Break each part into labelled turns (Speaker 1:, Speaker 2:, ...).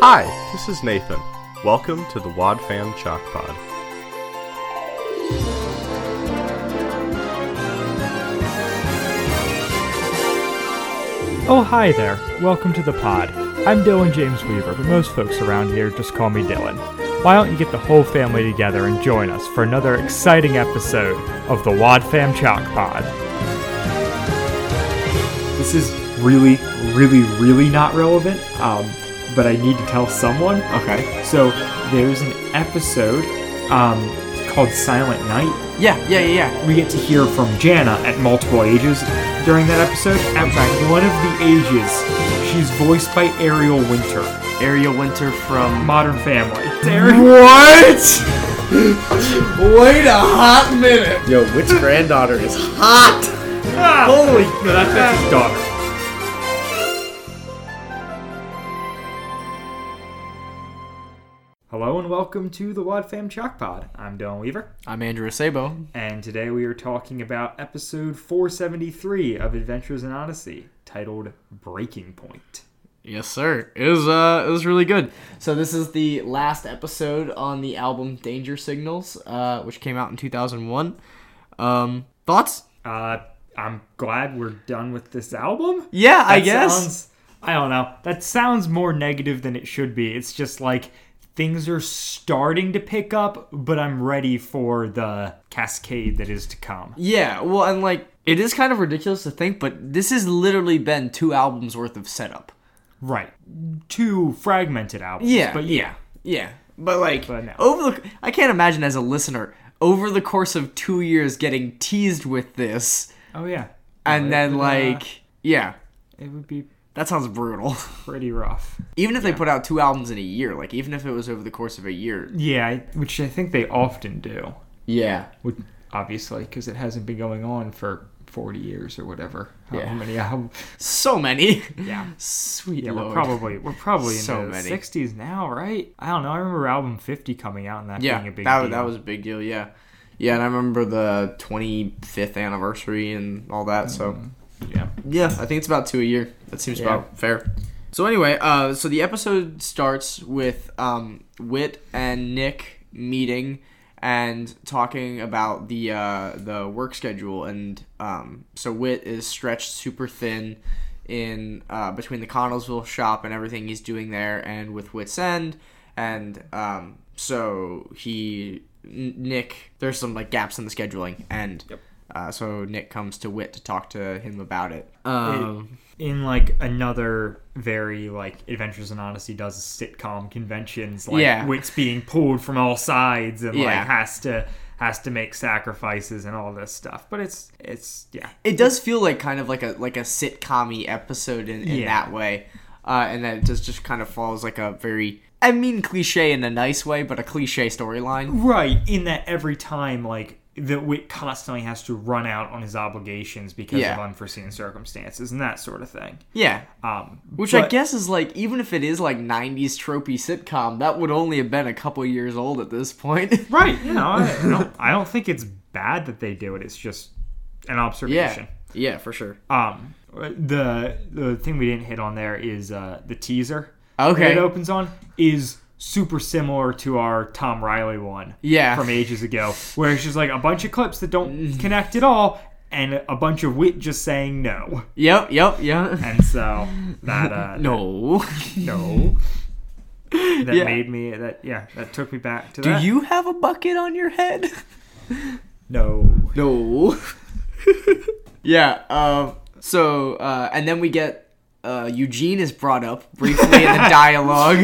Speaker 1: Hi, this is Nathan. Welcome to the Wad Fam Chalk Pod.
Speaker 2: Oh, hi there. Welcome to the pod. I'm Dylan James Weaver, but most folks around here just call me Dylan. Why don't you get the whole family together and join us for another exciting episode of the Wad Fam Chalk Pod?
Speaker 3: This is really, really, really not relevant, um, but I need to tell someone.
Speaker 4: Okay.
Speaker 3: So there's an episode um, called Silent Night.
Speaker 4: Yeah, yeah, yeah,
Speaker 3: We get to hear from Jana at multiple ages during that episode. At one of the ages, she's voiced by Ariel Winter,
Speaker 4: yeah. Ariel Winter from.
Speaker 3: Modern Family. It's Ariel.
Speaker 5: What? Wait a hot minute. Yo, which granddaughter is hot?
Speaker 3: Holy, Ah. no, that's, that's his daughter. Hello and welcome to the Wad Fam Chalk Pod. I'm Dylan Weaver.
Speaker 4: I'm Andrew Sabo.
Speaker 3: And today we are talking about episode 473 of Adventures in Odyssey, titled Breaking Point.
Speaker 4: Yes, sir. It was uh, it was really good. So this is the last episode on the album Danger Signals, uh, which came out in 2001. Um, thoughts?
Speaker 3: Uh, I'm glad we're done with this album.
Speaker 4: Yeah, I
Speaker 3: That
Speaker 4: guess.
Speaker 3: sounds- I don't know. That sounds more negative than it should be. It's just like things are starting to pick up, but I'm ready for the cascade that is to come.
Speaker 4: Yeah. Well, and like it is kind of ridiculous to think, but this has literally been two albums worth of setup.
Speaker 3: Right. Two fragmented albums.
Speaker 4: Yeah,
Speaker 3: But yeah.
Speaker 4: Yeah, but like
Speaker 3: But no.
Speaker 4: over the, I can't imagine as a listener over the course of two years getting teased with this,
Speaker 3: Oh, yeah.
Speaker 4: and then
Speaker 3: but, uh,
Speaker 4: like yeah,
Speaker 3: It would be
Speaker 4: that sounds brutal.
Speaker 3: pretty rough.
Speaker 4: even if they put out two albums in a year, like even if it was over the course of a year.
Speaker 3: Yeah, I- which I think they often do.
Speaker 4: Yeah.
Speaker 3: Would obviously because it hasn't been going on for 40 years or whatever. How
Speaker 4: Yeah.
Speaker 3: many albums?
Speaker 4: So many.
Speaker 3: Yeah.
Speaker 4: Sweet
Speaker 3: Yeah,
Speaker 4: lord.
Speaker 3: we're probably we're probably in
Speaker 4: So
Speaker 3: the
Speaker 4: many.
Speaker 3: 60s now, right? I don't know. I remember album 50 coming out and that
Speaker 4: yeah.
Speaker 3: being a big
Speaker 4: that,
Speaker 3: deal.
Speaker 4: that was a big deal. Yeah. Yeah, and I remember the 25th anniversary and all that. So
Speaker 3: yeah.
Speaker 4: yeah, I think it's about two a year. That seems
Speaker 3: Mm. Yeah.
Speaker 4: about fair. So anyway, uh, so the episode starts with um, Wit and Nick meeting and talking about the uh, the work schedule, and um, so Wit is stretched super thin in uh, between the Connellsville shop and everything he's doing there, and with Wit's End, and um, so he N- Nick, there's some like gaps in the scheduling, and. Uh, so Nick comes to Wit to talk to him about it. Um,
Speaker 3: in like another very like Adventures in Odyssey does sitcom conventions like
Speaker 4: Yeah.
Speaker 3: wits being pulled from all sides and
Speaker 4: Yeah.
Speaker 3: like has to has to make sacrifices and all this stuff. But it's it's yeah.
Speaker 4: it does feel like kind of like a like a sitcom episode in, in
Speaker 3: Yeah.
Speaker 4: that way uh, and then it just just kind of follows like a very i mean cliche in a nice way but a cliche storyline
Speaker 3: Right, in that every time, like, that Wit constantly has to run out on his obligations because
Speaker 4: Yeah.
Speaker 3: of unforeseen circumstances and that sort of thing.
Speaker 4: yeah
Speaker 3: Um,
Speaker 4: which i
Speaker 3: but-
Speaker 4: guess is like even if it is like 90s tropey sitcom that would only have been a couple years old at this point
Speaker 3: Right, you know, I, I, don't, I don't think it's bad that they do it. It's just an
Speaker 4: yeah
Speaker 3: observation.
Speaker 4: yeah for sure
Speaker 3: Um, the the thing we didn't hit on there is uh, the teaser.
Speaker 4: Okay.
Speaker 3: That it opens on is super similar to our Tom Riley one.
Speaker 4: Yeah. Mm.
Speaker 3: From ages ago, where it's just like a bunch of clips that don't connect at all, and a bunch of wit just saying no.
Speaker 4: yep yep yeah
Speaker 3: and so that uh
Speaker 4: no
Speaker 3: no that
Speaker 4: Yeah.
Speaker 3: made me that yeah that took me back to
Speaker 4: do
Speaker 3: that
Speaker 4: you have a bucket on your head
Speaker 3: no
Speaker 4: No. yeah. Um. So, uh, and then we get uh, Eugene is brought up briefly in the dialogue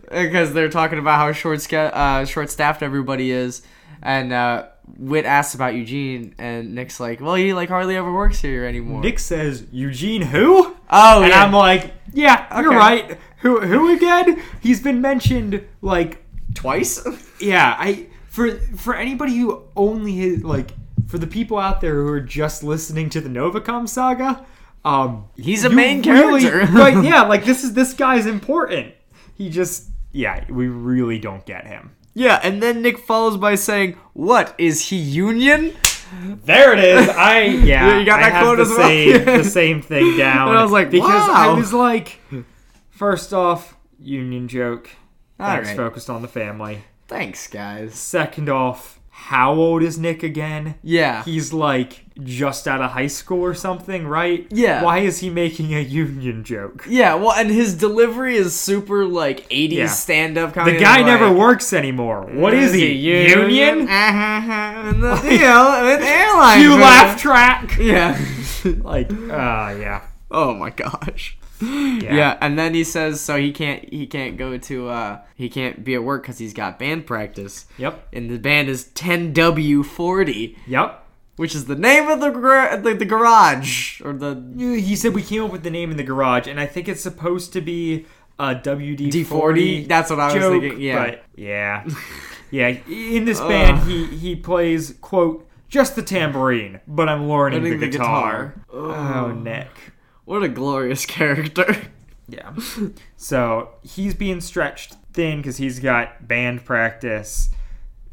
Speaker 4: because they're talking about how short sca- uh, short staffed everybody is, and uh, Wit asks about Eugene, and Nick's like, "Well, he like hardly ever works here anymore."
Speaker 3: Nick says Eugene who
Speaker 4: oh,
Speaker 3: and
Speaker 4: yeah.
Speaker 3: I'm like yeah you're
Speaker 4: Okay.
Speaker 3: right who who again he's been mentioned like
Speaker 4: twice.
Speaker 3: yeah I for for anybody who only has, like for the people out there who are just listening to the Novacom saga um
Speaker 4: He's a
Speaker 3: you
Speaker 4: main
Speaker 3: really-
Speaker 4: character.
Speaker 3: right yeah like this is this guy's important he just yeah we really don't get him
Speaker 4: yeah, and then Nick follows by saying, "What is he Union?"
Speaker 3: There it is. I yeah.
Speaker 4: Yeah, you got
Speaker 3: I
Speaker 4: that
Speaker 3: have
Speaker 4: quote
Speaker 3: the
Speaker 4: as well?
Speaker 3: Same, the same thing down.
Speaker 4: And I was like,
Speaker 3: because I
Speaker 4: wow.
Speaker 3: was like, first off, union joke.
Speaker 4: All
Speaker 3: That's
Speaker 4: right.
Speaker 3: focused on the family.
Speaker 4: Thanks, guys.
Speaker 3: Second off, how old is Nick again?
Speaker 4: Yeah.
Speaker 3: He's like just out of high school or something, right?
Speaker 4: Yeah.
Speaker 3: Why is he making a union joke?
Speaker 4: yeah, well, and his delivery is super like 80s
Speaker 3: Yeah.
Speaker 4: stand up
Speaker 3: The
Speaker 4: comedy.
Speaker 3: guy
Speaker 4: like,
Speaker 3: never works anymore. What is he? Union?
Speaker 4: Uh-huh, and the deal with airline.
Speaker 3: You
Speaker 4: food.
Speaker 3: laugh track.
Speaker 4: Yeah.
Speaker 3: Like, uh, yeah.
Speaker 4: oh my gosh. Yeah. and then he says so he can't he can't go to uh he can't be at work cuz he's got band practice.
Speaker 3: Yep.
Speaker 4: And the band is 10W40,
Speaker 3: Yep.
Speaker 4: which is the name of the gar- the, the garage or the
Speaker 3: He said we came up with the name in the garage, and I think it's supposed to be a WD
Speaker 4: D40. That's what I was
Speaker 3: joke,
Speaker 4: thinking. Yeah.
Speaker 3: but yeah, yeah. In this band, he he plays quote just the tambourine, but I'm learning,
Speaker 4: Learning
Speaker 3: the,
Speaker 4: the
Speaker 3: guitar. Oh, Nick.
Speaker 4: What a glorious character.
Speaker 3: Yeah. So he's being stretched thin because he's got band practice.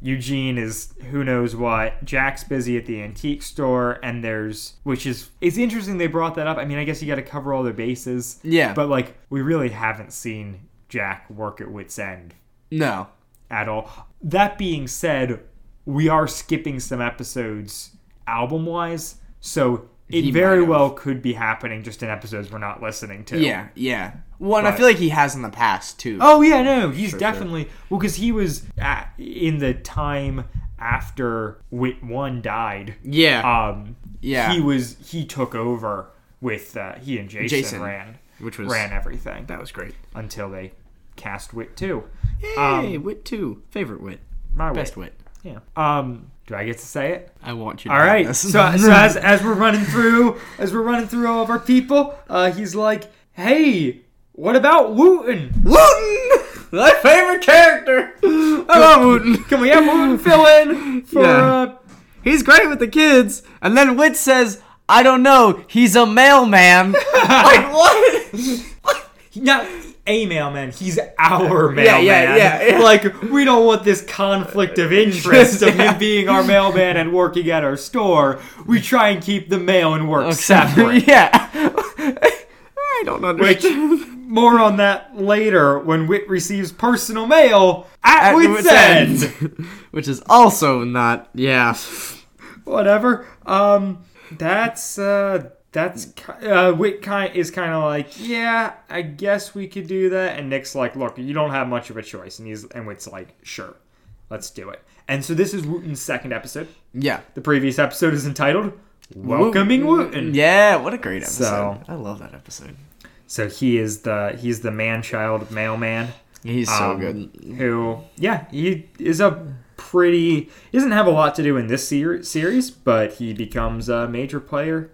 Speaker 3: Eugene is who knows what. Jack's busy at the antique store, and there's which is it's interesting they brought that up. I mean, I guess you got to cover all their bases.
Speaker 4: Yeah.
Speaker 3: But like, we really haven't seen Jack work at wits end
Speaker 4: no.
Speaker 3: at all. That being said, we are skipping some episodes album wise, so it
Speaker 4: He might
Speaker 3: very
Speaker 4: have.
Speaker 3: well could be happening just in episodes we're not listening to.
Speaker 4: Yeah, yeah. Well, and I
Speaker 3: But-
Speaker 4: feel like he has in the past too.
Speaker 3: Oh yeah, no, he's definitely well because he was at, in the time after Wit One died.
Speaker 4: yeah.
Speaker 3: Um,
Speaker 4: Yeah.
Speaker 3: he was he took over with uh, he and Jason,
Speaker 4: Jason,
Speaker 3: ran
Speaker 4: which was
Speaker 3: ran everything
Speaker 4: that was great.
Speaker 3: until they cast Wit Two.
Speaker 4: Hey, wit two, favorite wit,
Speaker 3: My
Speaker 4: best
Speaker 3: Um,
Speaker 4: Uh,
Speaker 3: Wit.
Speaker 4: wit.
Speaker 3: Yeah. Um, do I get to say it?
Speaker 4: I want you. To
Speaker 3: All
Speaker 4: have
Speaker 3: right.
Speaker 4: this.
Speaker 3: So, so as, as we're running through, as we're running through all of our people, uh, he's like, "Hey, what about Wooten?
Speaker 4: Wooten, my favorite character. I love Wooten.
Speaker 3: Can we have Wooten fill in for
Speaker 4: Yeah.
Speaker 3: uh,
Speaker 4: He's great with the kids. And then Wit says, "I don't know. He's a mailman." like what?
Speaker 3: not a mailman? He's our mailman.
Speaker 4: yeah, yeah.
Speaker 3: Like we don't want this conflict of interest of
Speaker 4: Yeah.
Speaker 3: him being our mailman and working at our store. We try and keep the mail and work separate.
Speaker 4: yeah. I don't understand.
Speaker 3: More on that later when Wit receives personal mail at, Wit's End.
Speaker 4: which is also not. Yeah.
Speaker 3: whatever. Um, that's uh, that's ki- uh, Wit kind is kind of like, yeah, I guess we could do that. And Nick's like, look, you don't have much of a choice, and he's and Wit's like, sure, let's do it. And so this is Wooten's second episode.
Speaker 4: Yeah.
Speaker 3: The previous episode is entitled "Welcoming Wooten."
Speaker 4: Yeah, what a great episode.
Speaker 3: So-
Speaker 4: I love that episode.
Speaker 3: So he is the he's the man child mailman.
Speaker 4: He's so
Speaker 3: um,
Speaker 4: good.
Speaker 3: Who, yeah, he is a pretty. He doesn't have a lot to do in this ser- series, but he becomes a major player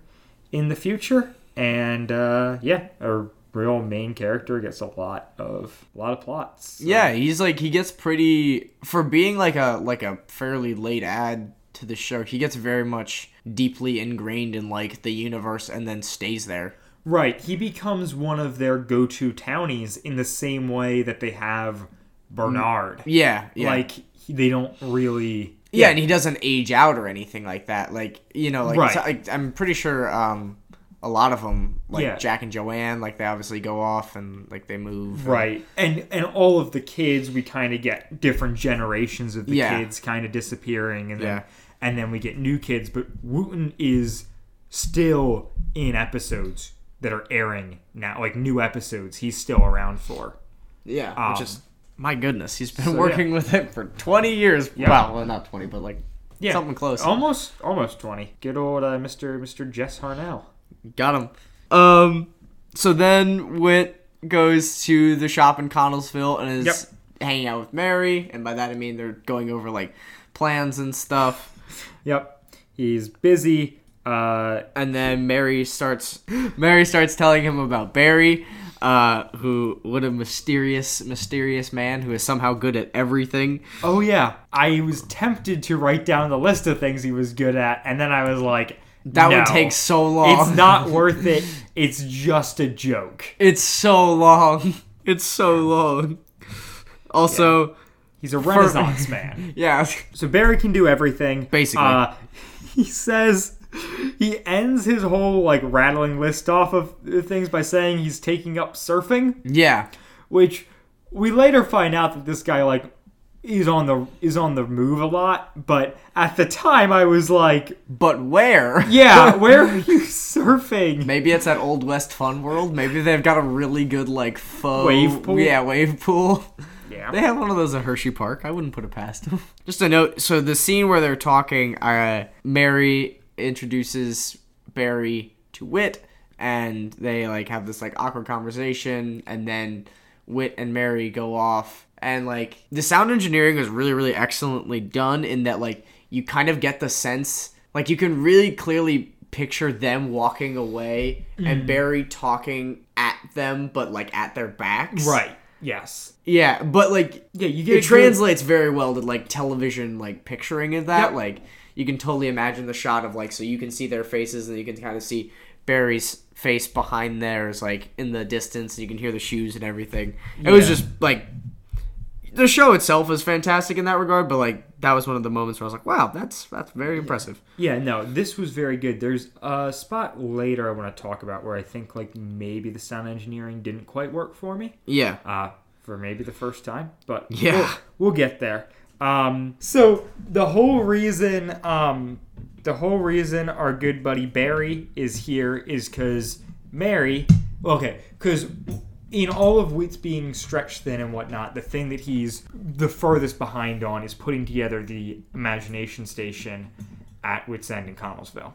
Speaker 3: in the future, and uh, yeah, a real main character gets a lot of a lot of plots. So-
Speaker 4: Yeah, he's like he gets pretty for being like a like a fairly late ad to the show. He gets very much deeply ingrained in like the universe and then stays there.
Speaker 3: right. He becomes one of their go-to townies in the same way that they have Bernard.
Speaker 4: Yeah, yeah.
Speaker 3: Like he- they don't really.
Speaker 4: yeah, and he doesn't age out or anything like that. Like you know, like,
Speaker 3: Right.
Speaker 4: so- like, I'm pretty sure um a lot of them like
Speaker 3: Yeah.
Speaker 4: Jack and Joanne like they obviously go off and like they move.
Speaker 3: Right. And and all of the kids we kind of get different generations of the
Speaker 4: Yeah.
Speaker 3: kids kind of disappearing and then
Speaker 4: Yeah.
Speaker 3: and then we get new kids, but Wooten is still in episodes that are airing now, like new episodes he's still around for.
Speaker 4: Yeah, which
Speaker 3: Um,
Speaker 4: is my goodness. He's been
Speaker 3: yeah.
Speaker 4: working with it for 20 years. Well, well, not 20, but like
Speaker 3: Yeah. Oh.
Speaker 4: something close.
Speaker 3: Almost almost 20. Good old uh, Mr. Mr. Jess Harnell.
Speaker 4: Got him. Um. So then Wit goes to the shop in Connellsville and is
Speaker 3: Yep.
Speaker 4: hanging out with Mary, and by that I mean they're going over like plans and stuff.
Speaker 3: Yep. He's busy uh
Speaker 4: And then Mary starts Mary starts telling him about Barry, uh, who what a mysterious mysterious man who is somehow good at everything.
Speaker 3: Oh yeah, I was tempted to write down the list of things he was good at, and then I was like,
Speaker 4: That
Speaker 3: no.
Speaker 4: would take so long.
Speaker 3: It's not worth it. It's just a joke.
Speaker 4: It's so long. It's so long. Also,
Speaker 3: He's a Renaissance man.
Speaker 4: yeah.
Speaker 3: So Barry can do everything.
Speaker 4: Basically.
Speaker 3: uh, he says he ends his whole like rattling list off of things by saying he's taking up surfing,
Speaker 4: Yeah.
Speaker 3: which we later find out that this guy like is on the is on the move a lot, but at the time I was like,
Speaker 4: But where?
Speaker 3: yeah, where are you surfing?
Speaker 4: Maybe it's that old West Fun World. Maybe they've got a really good like faux
Speaker 3: Wave pool?
Speaker 4: Yeah, wave pool.
Speaker 3: Yeah.
Speaker 4: They have one of those at Hershey Park. I wouldn't put it past them. Just a note. So the scene where they're talking, uh, Mary introduces Barry to Wit, and they like have this like awkward conversation, and then Wit and Mary go off, and like the sound engineering is really really excellently done in that like you kind of get the sense like you can really clearly picture them walking away and Barry talking at them, but like at their backs,
Speaker 3: Right. Yes.
Speaker 4: yeah, but like
Speaker 3: Yeah, you get a
Speaker 4: it
Speaker 3: good-
Speaker 4: translates very well to like television like picturing of that.
Speaker 3: Yep.
Speaker 4: Like you can totally imagine the shot of like so you can see their faces and you can kind of see Barry's face behind theirs like in the distance and you can hear the shoes and everything. It was just like the show itself is fantastic in that regard, but like that was one of the moments where I was like, wow, that's that's very impressive.
Speaker 3: Yeah, no, this was very good. There's a spot later I want to talk about where I think like maybe the sound engineering didn't quite work for me.
Speaker 4: Yeah.
Speaker 3: uh, for maybe the first time, but
Speaker 4: Yeah.
Speaker 3: we'll, we'll get there. Um, so the whole reason, um, the whole reason our good buddy Barry is here is because Mary, okay, because in all of Wit's being stretched thin and whatnot, the thing that he's the furthest behind on is putting together the imagination station at Wit's End in Connellsville.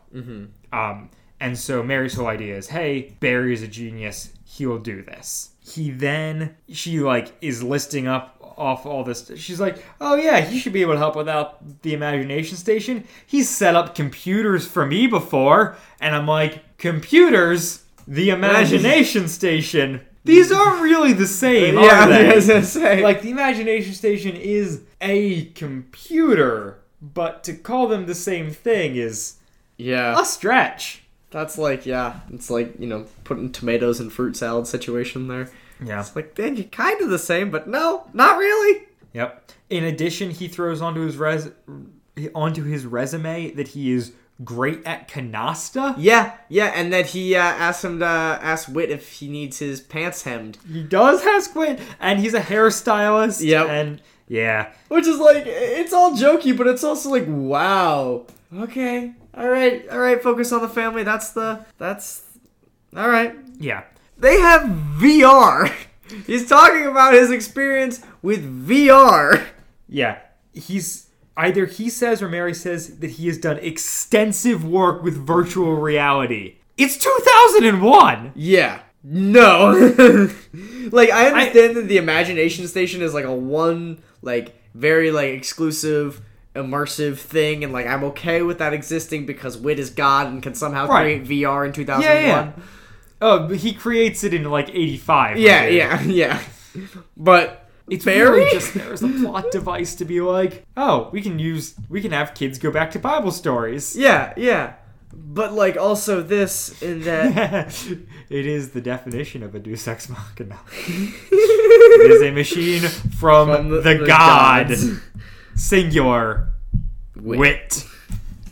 Speaker 3: Um, and so Mary's whole idea is, hey, Barry is a genius. He'll do this. He then she like is listing up off all this. She's like, oh yeah, he should be able to help without the imagination station. He's set up computers for me before, and I'm like, computers, the imagination station. These aren't really the same, are they? like the imagination station is a computer, but to call them the same thing is
Speaker 4: yeah.
Speaker 3: a stretch.
Speaker 4: That's like yeah, it's like, you know, putting tomatoes in fruit salad situation there.
Speaker 3: Yeah.
Speaker 4: It's like then you're kind of the same, but no, not really.
Speaker 3: Yep. In addition, he throws onto his res onto his resume that he is great at canasta.
Speaker 4: Yeah, yeah, and that he uh, asked him to ask Wit if he needs his pants hemmed,
Speaker 3: He does has quit, and he's a hairstylist.
Speaker 4: Yep.
Speaker 3: And yeah,
Speaker 4: which is like it's all jokey, but it's also like wow, okay, all right, all right, focus on the family. That's the that's all right.
Speaker 3: yeah.
Speaker 4: They have VR. He's talking about his experience with VR.
Speaker 3: Yeah, he's either he says or Mary says that he has done extensive work with virtual reality. It's 2001.
Speaker 4: Yeah. No. like I understand that the imagination station is like a one like very like exclusive immersive thing and like I'm okay with that existing because wit is god and can somehow
Speaker 3: Right.
Speaker 4: create VR in 2001.
Speaker 3: yeah. Oh, but he creates it in like 85.
Speaker 4: Yeah,
Speaker 3: right?
Speaker 4: yeah, yeah. But
Speaker 3: It's
Speaker 4: Barry?
Speaker 3: really just there as a plot device to be like, oh, we can use, we can have kids go back to Bible stories.
Speaker 4: yeah, yeah. But like also this in that
Speaker 3: it is the definition of a deus ex machina. it is a machine from,
Speaker 4: From
Speaker 3: the,
Speaker 4: um, the- the
Speaker 3: god,
Speaker 4: gods.
Speaker 3: singular,
Speaker 4: Wit.
Speaker 3: wit.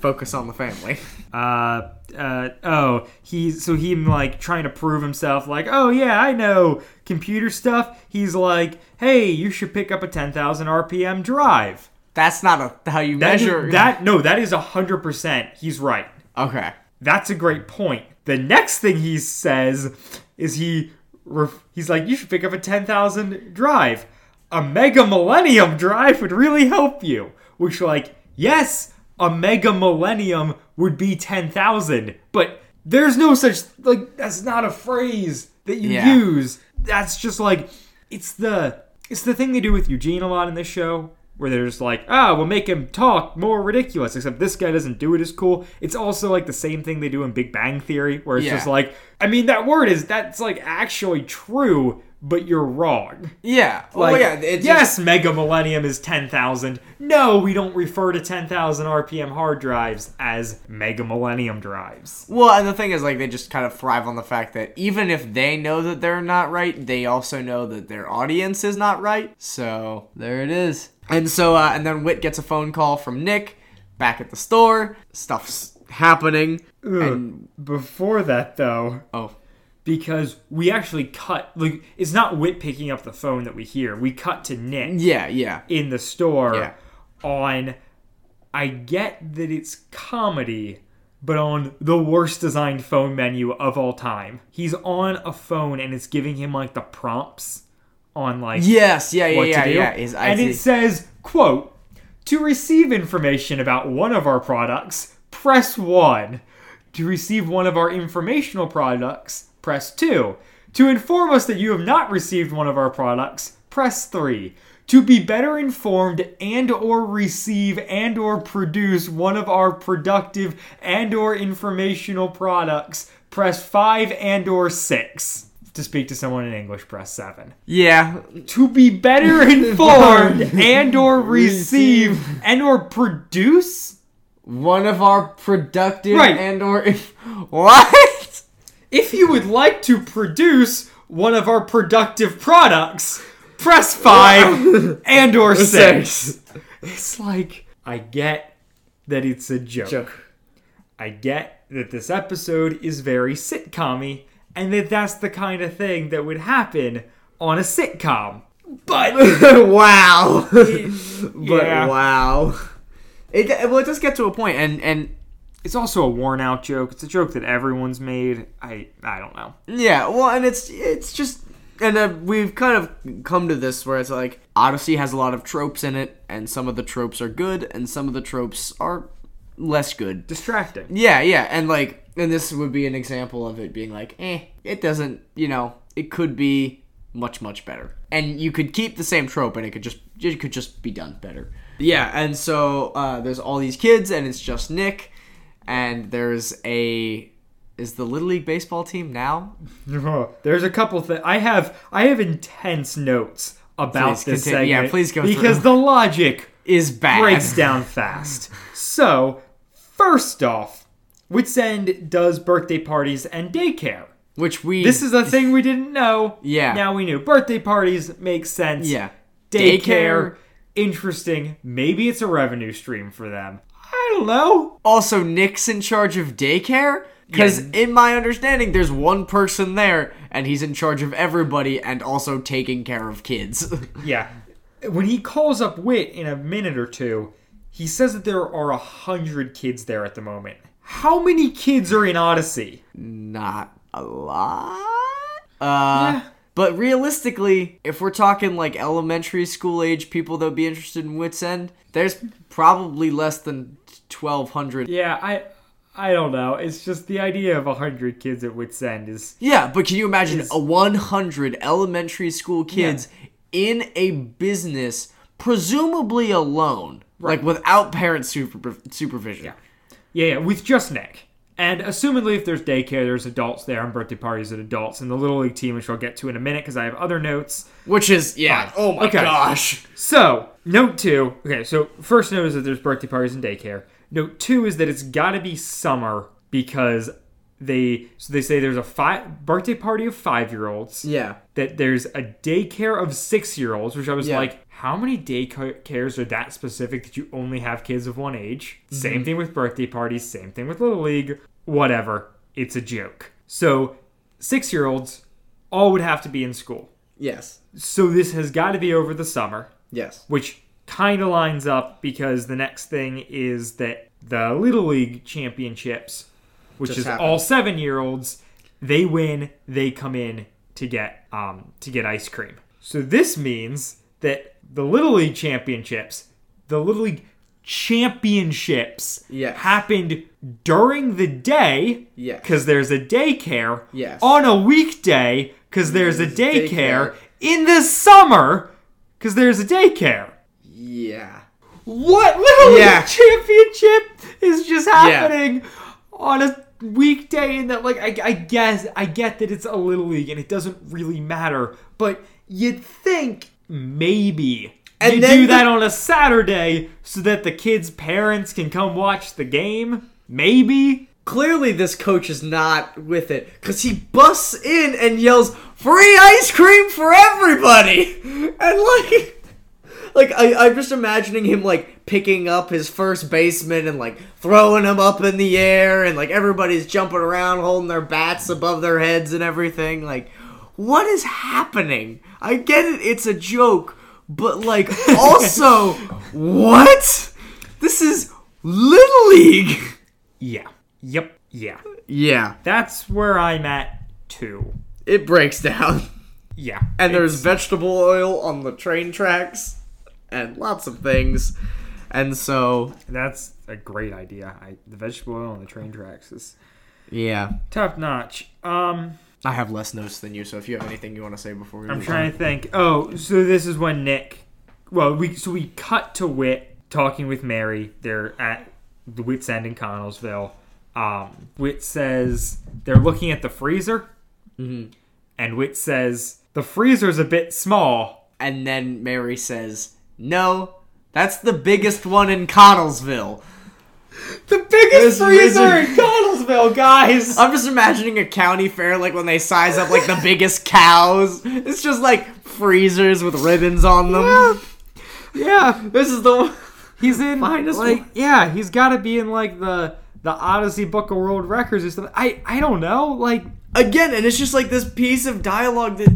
Speaker 4: focus on the family.
Speaker 3: uh, uh, oh, he's so he like trying to prove himself, like, oh yeah, I know computer stuff. He's like, hey, you should pick up a ten thousand RPM drive.
Speaker 4: That's not a how you
Speaker 3: That,
Speaker 4: measure
Speaker 3: that no, that is hundred percent. He's right.
Speaker 4: Okay.
Speaker 3: That's a great point. The next thing he says is he ref- he's like, you should pick up a ten thousand drive. A mega millennium drive would really help you. Which like, yes, a mega millennium would be ten thousand, but there's no such like that's not a phrase that you
Speaker 4: Yeah.
Speaker 3: use. That's just like it's the it's the thing they do with Eugene a lot in this show where they're just like, ah, we'll make him talk more ridiculous, except this guy doesn't do it as cool. It's also like the same thing they do in Big Bang Theory, where it's
Speaker 4: Yeah.
Speaker 3: just like, I mean, that word is, that's like actually true, but you're wrong.
Speaker 4: Yeah.
Speaker 3: Like,
Speaker 4: well, yeah, it's just-
Speaker 3: yes, Mega Millennium is 10,000. No, we don't refer to 10,000 RPM hard drives as Mega Millennium drives.
Speaker 4: Well, and the thing is, like, they just kind of thrive on the fact that even if they know that they're not right, they also know that their audience is not right. So there it is. And so, uh, and then Wit gets a phone call from Nick back at the store. Stuff's happening. And
Speaker 3: Before that, though,
Speaker 4: oh,
Speaker 3: because we actually cut like it's not Wit picking up the phone that we hear. We cut to Nick
Speaker 4: Yeah, yeah.
Speaker 3: in the store
Speaker 4: Yeah.
Speaker 3: on I get that it's comedy, but on the worst designed phone menu of all time. He's on a phone and it's giving him like the prompts on like
Speaker 4: Yes, yeah, yeah,
Speaker 3: what
Speaker 4: yeah,
Speaker 3: to do.
Speaker 4: yeah. Is I
Speaker 3: and
Speaker 4: see.
Speaker 3: it says, quote, to receive information about one of our products, press 1. To receive one of our informational products, press 2. To inform us that you have not received one of our products, press 3. To be better informed and or receive and or produce one of our productive and or informational products, press 5 and or 6. To speak to someone in English, press 7
Speaker 4: yeah,
Speaker 3: to be better informed and or receive and or produce
Speaker 4: one of our productive
Speaker 3: Right.
Speaker 4: and or if what?
Speaker 3: if you would like to produce one of our productive products press 5 and or 6 it's like i get that it's a joke, i get that this episode is very sitcom and that that's the kind of thing that would happen on a sitcom but
Speaker 5: wow. but
Speaker 3: Yeah.
Speaker 5: wow.
Speaker 4: It well, it does get to a point, and and
Speaker 3: It's also a worn out joke. It's a joke that everyone's made. I I don't know.
Speaker 4: yeah, well, and it's it's just and uh, we've kind of come to this where it's like Odyssey has a lot of tropes in it, and some of the tropes are good, and some of the tropes are less good.
Speaker 3: Distracting.
Speaker 4: Yeah, yeah, and like, and this would be an example of it being like, eh, it doesn't, you know, it could be much much better, and you could keep the same trope, and it could just it could just be done better. Yeah, and so uh, there's all these kids, and it's just Nick, and there's a is the little league baseball team now?
Speaker 3: Oh, There's a couple things I have. I have intense notes about
Speaker 4: Please
Speaker 3: this
Speaker 4: continue. Yeah,
Speaker 3: segment.
Speaker 4: please go
Speaker 3: because
Speaker 4: through.
Speaker 3: the logic
Speaker 4: Is bad.
Speaker 3: breaks down fast. So first off, Wits End does birthday parties and daycare.
Speaker 4: Which we
Speaker 3: This is a thing we didn't know.
Speaker 4: Yeah.
Speaker 3: Now we knew. Birthday parties make sense.
Speaker 4: yeah
Speaker 3: Daycare. Interesting. Maybe it's a revenue stream for them. I don't know.
Speaker 4: Also, Nick's in charge of daycare? Because in my understanding, there's one person there, and he's in charge of everybody and also taking care of kids.
Speaker 3: Yeah. When he calls up Wit in a minute or two, he says that there are a hundred kids there at the moment. How many kids are in Odyssey?
Speaker 4: Not a lot. Uh, But realistically, if we're talking like elementary school age people that would be interested in Wits End, there's probably less than 1,200. Yeah.
Speaker 3: Yeah, I I don't know. It's just the idea of a hundred kids at Wit's End is
Speaker 4: but can you imagine a 100 elementary school kids in a business, presumably alone, like without parent super- supervision? Yeah.
Speaker 3: Yeah, yeah, with just Nick. And assumedly if there's daycare, there's adults there and birthday parties at adults and the Little League team, which I'll get to in a minute because I have other notes.
Speaker 4: Which is, yeah. Oh my
Speaker 3: Okay.
Speaker 4: gosh.
Speaker 3: So, note two. Okay, so first note is that there's birthday parties and daycare. Note two is that it's got to be summer because they so they say there's a five birthday party of five year olds.
Speaker 4: Yeah.
Speaker 3: That there's a daycare of six year olds, which I was
Speaker 4: Yeah.
Speaker 3: like, how many daycares are that specific that you only have kids of one age?
Speaker 4: Mm-hmm.
Speaker 3: Same thing with birthday parties. Same thing with little league. Whatever. It's a joke. So, six year olds all would have to be in school.
Speaker 4: Yes.
Speaker 3: So this has got to be over the summer
Speaker 4: Yes.
Speaker 3: which kind of lines up because the next thing is that the Little League Championships, which is
Speaker 5: happened.
Speaker 3: all seven year olds, they win, they come in to get um, to get ice cream. So this means that the Little League Championships, the Little League Championships
Speaker 4: Yes.
Speaker 3: happened during the day
Speaker 4: Yes.
Speaker 3: because there's a daycare
Speaker 4: Yes.
Speaker 3: on a weekday because there's a daycare,
Speaker 4: There's daycare.
Speaker 3: in the summer because there's a daycare.
Speaker 4: Yeah.
Speaker 3: What Little League
Speaker 4: Yeah.
Speaker 3: championship is just happening on a weekday? And that, like, I, I guess I get that it's a Little League and it doesn't really matter, but you'd think maybe.
Speaker 4: And
Speaker 3: you
Speaker 4: then
Speaker 3: do
Speaker 4: the-
Speaker 3: that on a Saturday so that the kids' parents can come watch the game? Maybe?
Speaker 4: Clearly, this coach is not with it because he busts in and yells, "Free ice cream for everybody!" And like, like I, I'm just imagining him like picking up his first baseman and like throwing him up in the air and like everybody's jumping around holding their bats above their heads and everything. Like, what is happening? I get it, it's a joke, but like also what? This is Little League.
Speaker 3: Yeah. Yep. Yeah.
Speaker 4: Yeah,
Speaker 3: That's where I'm at too.
Speaker 4: it breaks down.
Speaker 3: Yeah.
Speaker 4: And there's vegetable oil on the train tracks and lots of things. And so,
Speaker 3: That's a great idea. I, the vegetable oil on the train tracks is
Speaker 4: yeah,
Speaker 3: top notch. Um,
Speaker 4: I have less notes than you, so if you have anything you want to say before we
Speaker 3: I'm
Speaker 4: move
Speaker 3: trying to think. Oh, so this is when Nick. Well, we so we cut to Wit talking with Mary. They're at the Wit's End in Connellsville. Um, Wit says they're looking at the freezer, Mm-hmm. and Wit says the freezer's a bit small.
Speaker 4: on. and then Mary says, "No, that's the biggest one in Connellsville."
Speaker 3: The biggest
Speaker 4: This freezer
Speaker 3: freezer
Speaker 4: wizard-
Speaker 3: in Connellsville, guys.
Speaker 4: I'm just imagining a county fair, like when they size up like the biggest cows. It's just like freezers with ribbons on them.
Speaker 3: yeah,
Speaker 4: This is the
Speaker 3: he's in
Speaker 4: Finest
Speaker 3: like
Speaker 4: one.
Speaker 3: yeah, he's got to be in like the the Odyssey Book of World Records or something. I I don't know, like
Speaker 4: again, and it's just like this piece of dialogue that.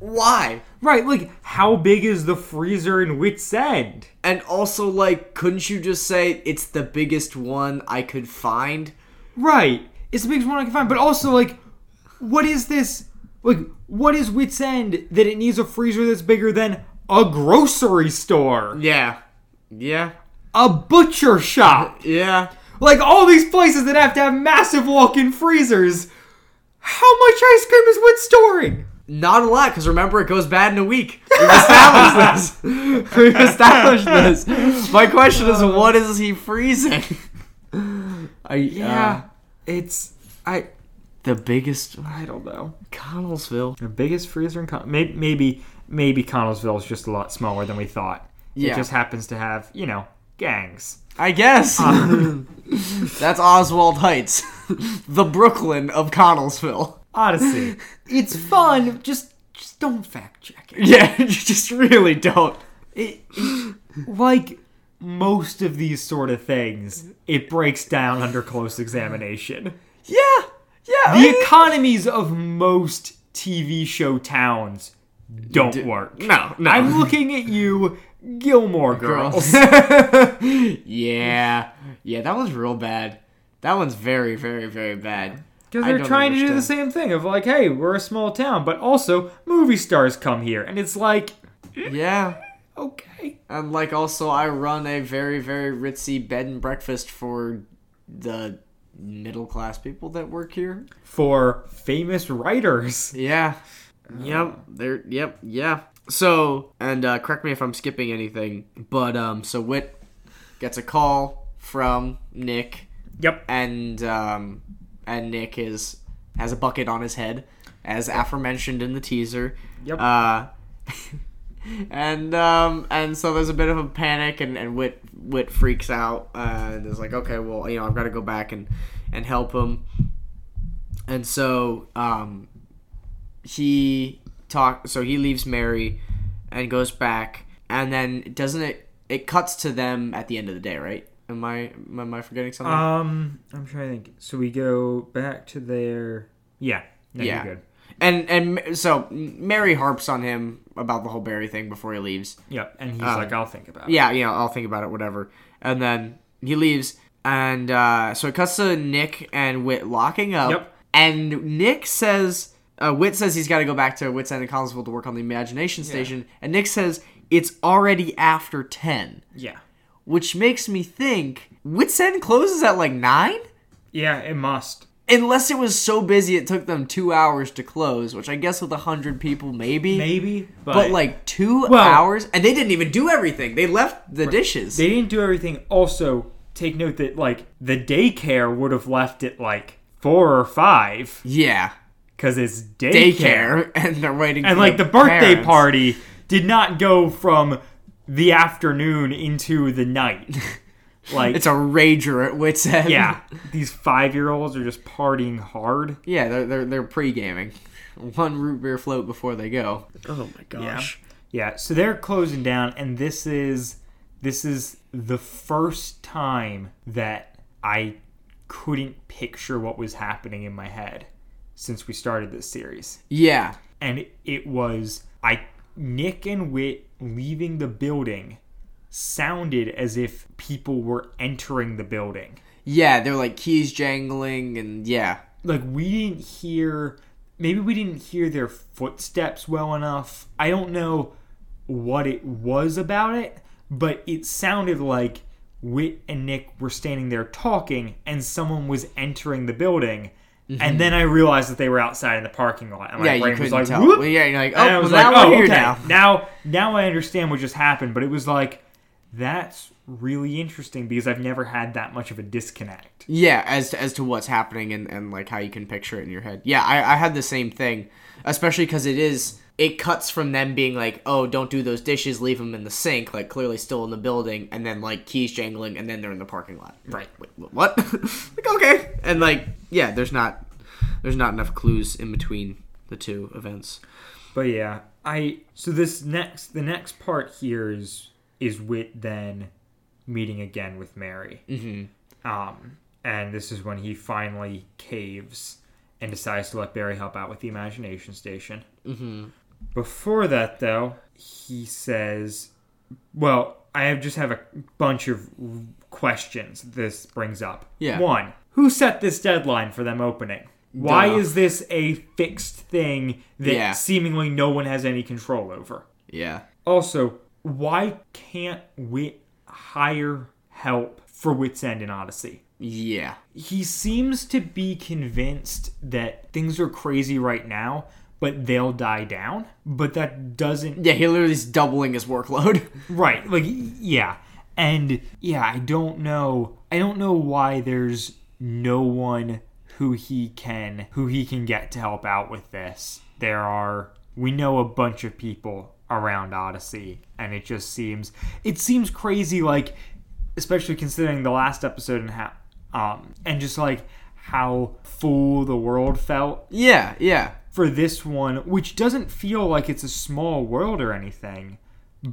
Speaker 4: Why?
Speaker 3: right, like how big is the freezer in Wits End?
Speaker 4: And also, like, couldn't you just say it's the biggest one I could find?
Speaker 3: Right. It's the biggest one I can find. But also, like, what is this? Like, what is Wits End that it needs a freezer that's bigger than a grocery store,
Speaker 4: Yeah. Yeah.
Speaker 3: a butcher shop?
Speaker 4: Yeah.
Speaker 3: Like, all these places that have to have massive walk in freezers. How much ice cream is Wits storing?
Speaker 4: Not a lot, because remember, it goes bad in a week. We've established this. We've established this. My question is, what is he freezing? I, yeah.
Speaker 3: Uh, It's. I.
Speaker 4: the biggest.
Speaker 3: I don't know.
Speaker 4: Connellsville.
Speaker 3: The biggest freezer in Con- maybe maybe maybe Connellsville is just a lot smaller than we thought.
Speaker 4: Yeah.
Speaker 3: It just happens to have you know gangs.
Speaker 4: I guess. Uh. That's Oswald Heights. the Brooklyn of Connellsville.
Speaker 3: Odyssey. it's fun. Just just don't fact check it.
Speaker 4: Yeah, you just really don't.
Speaker 3: Like most of these sort of things, it breaks down under close examination.
Speaker 4: Yeah. Yeah. I
Speaker 3: The
Speaker 4: mean-
Speaker 3: economies of most TV show towns don't work.
Speaker 4: No, no.
Speaker 3: I'm looking at you, Gilmore Girls.
Speaker 4: yeah. Yeah, that one's real bad. That one's very, very, very bad.
Speaker 3: Because
Speaker 4: I
Speaker 3: they're
Speaker 4: don't
Speaker 3: trying to do the
Speaker 4: understand.
Speaker 3: same thing of like, hey, we're a small town, but also movie stars come here, and it's like,
Speaker 4: Yeah.
Speaker 3: okay,
Speaker 4: And like also I run a very, very ritzy bed and breakfast for the middle class people that work here.
Speaker 3: for famous writers.
Speaker 4: Yeah. Yep. There yep, yeah. So and uh correct me if I'm skipping anything, but um so Wit gets a call from Nick
Speaker 3: Yep.
Speaker 4: and um, and Nick is has a bucket on his head, as aforementioned in the teaser.
Speaker 3: Yep.
Speaker 4: Uh, and um, and so there's a bit of a panic, and, and Wit Wit freaks out uh, and is like, okay, well, you know, I've got to go back and and help him. And so um, he talk so he leaves Mary and goes back and then doesn't it it cuts to them at the end of the day, right? Am I am I forgetting something?
Speaker 3: Um, I'm trying to think. So we go back to their. Yeah. No, you're
Speaker 4: Yeah.
Speaker 3: good.
Speaker 4: And and Ma- so Mary harps on him about the whole Barry thing before he leaves.
Speaker 3: Yep. And he's like, I'll think about it.
Speaker 4: Um, Yeah, you know, I'll think about it, whatever. And then he leaves, and uh, so it cuts to Nick and Wit locking up.
Speaker 3: Yep.
Speaker 4: And Nick says, uh, Wit says he's got to go back to Wit's End in Collinsville to work on the Imagination Station, and Nick says it's already after ten,
Speaker 3: Yeah.
Speaker 4: which makes me think Wit's End closes at like nine.
Speaker 3: Yeah, it must.
Speaker 4: Unless it was so busy it took them two hours to close, which I guess with a hundred people maybe.
Speaker 3: Maybe. But,
Speaker 4: But like two
Speaker 3: Well-
Speaker 4: hours, and they didn't even do everything. They left the dishes.
Speaker 3: they didn't do everything. Also, take note that, like, the daycare would have left at, like, four or five
Speaker 4: yeah,
Speaker 3: because it's daycare.
Speaker 4: daycare, and they're waiting.
Speaker 3: And,
Speaker 4: for
Speaker 3: like, the birthday
Speaker 4: parents.
Speaker 3: party did not go from the afternoon into the night. Like,
Speaker 4: It's a rager at wits end.
Speaker 3: yeah. These five year olds are just partying hard.
Speaker 4: yeah, they're they're, they're pre gaming. One root beer float before they go. Oh my gosh.
Speaker 3: Yeah, so they're closing down, and this is this is the first time that I couldn't picture what was happening in my head since we started this series,
Speaker 4: Yeah.
Speaker 3: and it was I Nick and Wit leaving the building sounded as if people were entering the building.
Speaker 4: Yeah, they're like keys jangling and yeah.
Speaker 3: like we didn't hear maybe we didn't hear their footsteps well enough i don't know what it was about it but it sounded like wit and nick were standing there talking and someone was entering the building and then i realized that they were outside in the parking lot and my
Speaker 4: Mm-hmm. Yeah, you
Speaker 3: brain
Speaker 4: couldn't
Speaker 3: was like
Speaker 4: tell.
Speaker 3: "Whoop!"
Speaker 4: Well, yeah, you're like, oh,
Speaker 3: and i
Speaker 4: well,
Speaker 3: was
Speaker 4: now
Speaker 3: like oh
Speaker 4: we're here
Speaker 3: okay
Speaker 4: now.
Speaker 3: now. now i understand what just happened but it was like that's really interesting because i've never had that much of a disconnect
Speaker 4: Yeah, as to, as to what's happening and, and like how you can picture it in your head. Yeah, I, I had the same thing, especially because it is it cuts from them being like, oh, don't do those dishes, leave them in the sink, like clearly still in the building, and then like keys jangling, and then they're in the parking lot.
Speaker 3: Right.
Speaker 4: Wait, wh- what? like okay, and like yeah, there's not there's not enough clues in between the two events.
Speaker 3: But yeah, I so this next the next part here is is Wit then meeting again with Mary. Mm-hmm. Um, and this is when he finally caves and decides to let Barry help out with the imagination station. Mm-hmm. Before that, though, he says, "Well, I have just have a bunch of questions this brings up.
Speaker 4: Yeah.
Speaker 3: one, who set this deadline for them opening? Why
Speaker 4: Duh.
Speaker 3: is this a fixed thing that
Speaker 4: Yeah.
Speaker 3: seemingly no one has any control over.
Speaker 4: Yeah.
Speaker 3: Also, why can't Wit hire help for Wit's End in Odyssey?
Speaker 4: Yeah.
Speaker 3: He seems to be convinced that things are crazy right now, but they'll die down. But that doesn't.
Speaker 4: Yeah, he literally is doubling his workload.
Speaker 3: Right. Like, yeah. And yeah, I don't know. I don't know why there's no one who he can who he can get to help out with this. There are we know a bunch of people around Odyssey and it just seems it seems crazy like especially considering the last episode and how um and just like how full the world felt
Speaker 4: yeah, yeah.
Speaker 3: for this one, which doesn't feel like it's a small world or anything,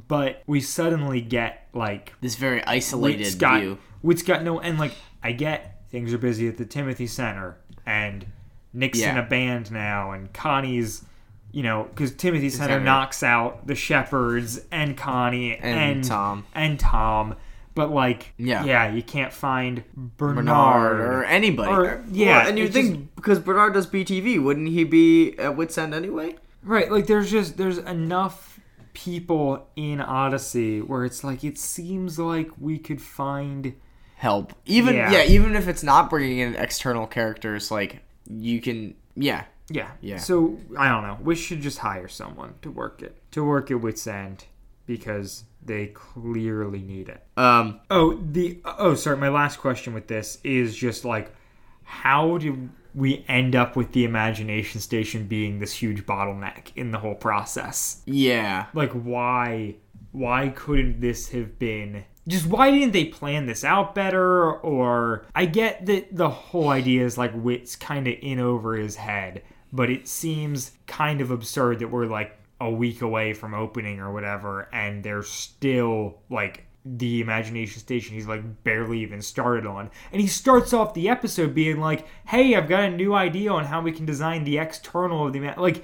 Speaker 3: but we suddenly get like
Speaker 4: This very isolated
Speaker 3: Wit's got,
Speaker 4: view.
Speaker 3: Wit's got no and like I get things are busy at the Timothy Center and Nick's in
Speaker 4: Yeah.
Speaker 3: a band now and Connie's you know because Timothy Center
Speaker 4: Center.
Speaker 3: knocks out the Shepherds and Connie and,
Speaker 4: Tom.
Speaker 3: and Tom, but like
Speaker 4: Yeah.
Speaker 3: yeah you can't find Bernard,
Speaker 4: Bernard or anybody.
Speaker 3: Or- yeah,
Speaker 4: Well, and you
Speaker 3: it
Speaker 4: think because Bernard does BTV, wouldn't he be at Wits End anyway?
Speaker 3: Right, like there's just there's enough people in Odyssey where it's like it seems like we could find
Speaker 4: Help. Even yeah.
Speaker 3: Yeah.
Speaker 4: even if it's not bringing in external characters, like you can, yeah,
Speaker 3: yeah.
Speaker 4: Yeah.
Speaker 3: So I don't know. We should just hire someone to work it to work it with End because they clearly need it.
Speaker 4: um,
Speaker 3: Oh, the oh sorry, my last question with this is just like how do we end up with the imagination station being this huge bottleneck in the whole process?
Speaker 4: yeah,
Speaker 3: like why why couldn't this have been just why didn't they plan this out better or i get that the whole idea is like wit's kind of in over his head but it seems kind of absurd that we're like a week away from opening or whatever and they're still like the imagination station he's like barely even started on and he starts off the episode being like hey i've got a new idea on how we can design the external of the ima-. like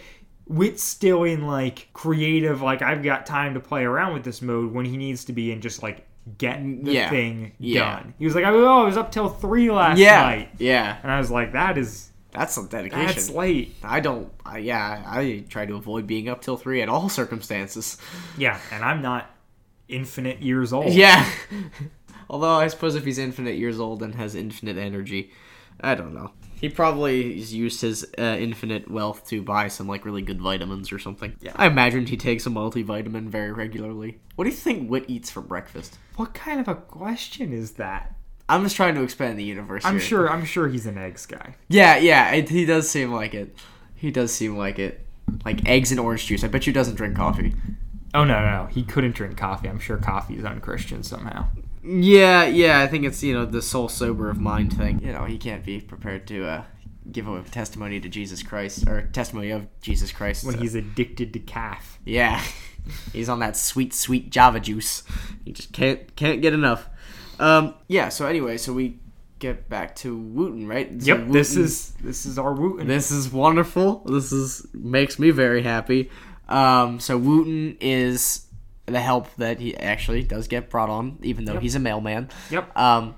Speaker 3: Wit's still in like creative, like I've got time to play around with this mode when he needs to be in just like getting the
Speaker 4: Yeah.
Speaker 3: thing
Speaker 4: Yeah.
Speaker 3: done. He was like, "Oh, I was up till three last
Speaker 4: yeah,
Speaker 3: night,"
Speaker 4: yeah.
Speaker 3: and I was like, "That is
Speaker 4: That's some dedication.
Speaker 3: that's late."
Speaker 4: I don't, I, yeah, I try to avoid being up till three at all circumstances.
Speaker 3: Yeah, and I'm not infinite years old.
Speaker 4: Yeah. Although I suppose if he's infinite years old and has infinite energy, I don't know. He probably has used his uh, infinite wealth to buy some like really good vitamins or something. Yeah. I imagined he takes a multivitamin very regularly. What do you think Wit eats for breakfast?
Speaker 3: What kind of a question is that?
Speaker 4: I'm just trying to expand the universe.
Speaker 3: I'm
Speaker 4: here.
Speaker 3: sure. I'm sure he's an eggs guy.
Speaker 4: Yeah, yeah. It, he does seem like it. He does seem like it. Like eggs and orange juice. I bet you doesn't drink coffee.
Speaker 3: Oh no, no, no. he couldn't drink coffee. I'm sure coffee is unchristian somehow.
Speaker 4: Yeah, yeah, I think it's you know the soul sober of mind thing. You know, he can't be prepared to uh, give a testimony to Jesus Christ or testimony of Jesus Christ
Speaker 3: When
Speaker 4: so-
Speaker 3: he's addicted to calf.
Speaker 4: yeah, He's on that sweet, sweet Java juice. He just can't can't get enough. Um, yeah. So anyway, so we get back to Wooten, right? So
Speaker 3: Yep, this
Speaker 4: Wooten-
Speaker 3: is this is our Wooten.
Speaker 4: this is wonderful. This is makes me very happy. Um, so Wooten is the help that he actually does get brought on, even though he's a mailman.
Speaker 3: Yep.
Speaker 4: Um,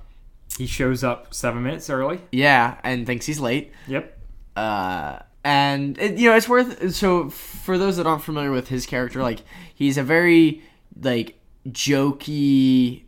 Speaker 3: He shows up seven minutes early.
Speaker 4: yeah, and thinks he's late.
Speaker 3: Yep.
Speaker 4: Uh, and it, you know it's worth so for those that aren't familiar with his character like he's a very like jokey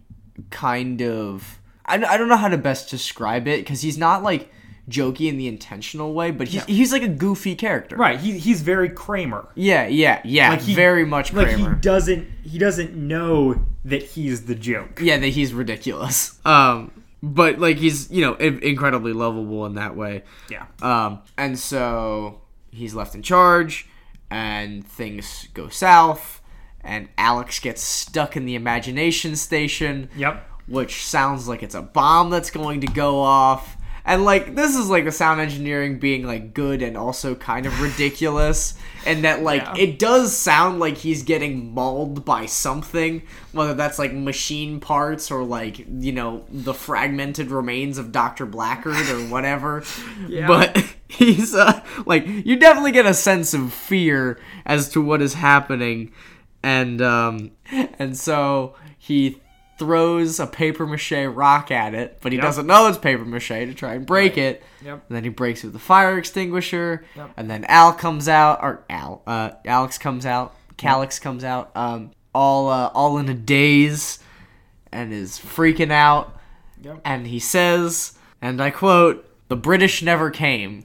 Speaker 4: kind of i, don't- I don't know how to best describe it because he's not like jokey in the intentional way but he's, he's like a goofy character
Speaker 3: Right. He, he's very Kramer.
Speaker 4: yeah yeah yeah
Speaker 3: Like he-
Speaker 4: very much
Speaker 3: Like
Speaker 4: Kramer.
Speaker 3: he doesn't he doesn't know that he's the joke.
Speaker 4: yeah that he's ridiculous um but like he's you know in- incredibly lovable in that way
Speaker 3: Yeah.
Speaker 4: Um, and so he's left in charge, and things go south, and Alex gets stuck in the imagination station.
Speaker 3: Yep.
Speaker 4: Which sounds like it's a bomb that's going to go off. And like this is like the sound engineering being like good and also kind of ridiculous, and that like
Speaker 3: Yeah.
Speaker 4: it does sound like he's getting mauled by something, whether that's like machine parts or like you know the fragmented remains of Doctor Blackard or whatever. But he's uh, like you definitely get a sense of fear as to what is happening, and um, and so he throws a paper mache rock at it, but he doesn't know it's paper mache to try and break it.
Speaker 3: Yep.
Speaker 4: And then he breaks it with the fire extinguisher, and then Al comes out, or Al, uh, Alex comes out, Calix comes out, um, all uh, all in a daze, and is freaking out.
Speaker 3: Yep.
Speaker 4: And he says, and I quote, "The British never came.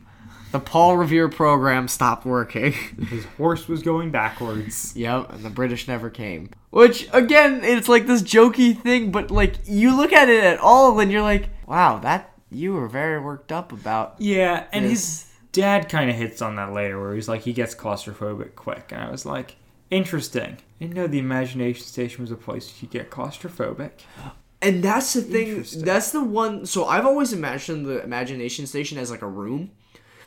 Speaker 4: The Paul Revere program stopped working."
Speaker 3: His horse was going backwards.
Speaker 4: Yep, and the British never came. Which again, it's like this jokey thing, but like you look at it at all, and you're like, wow, that you were very worked up about.
Speaker 3: Yeah, and his
Speaker 4: Yes.
Speaker 3: dad kind of hits on that later, where he's like, he gets claustrophobic quick, and I was like, interesting. I didn't know the imagination station was a place you could get claustrophobic.
Speaker 4: And that's the thing. That's the one. So I've always imagined the imagination station as like a room,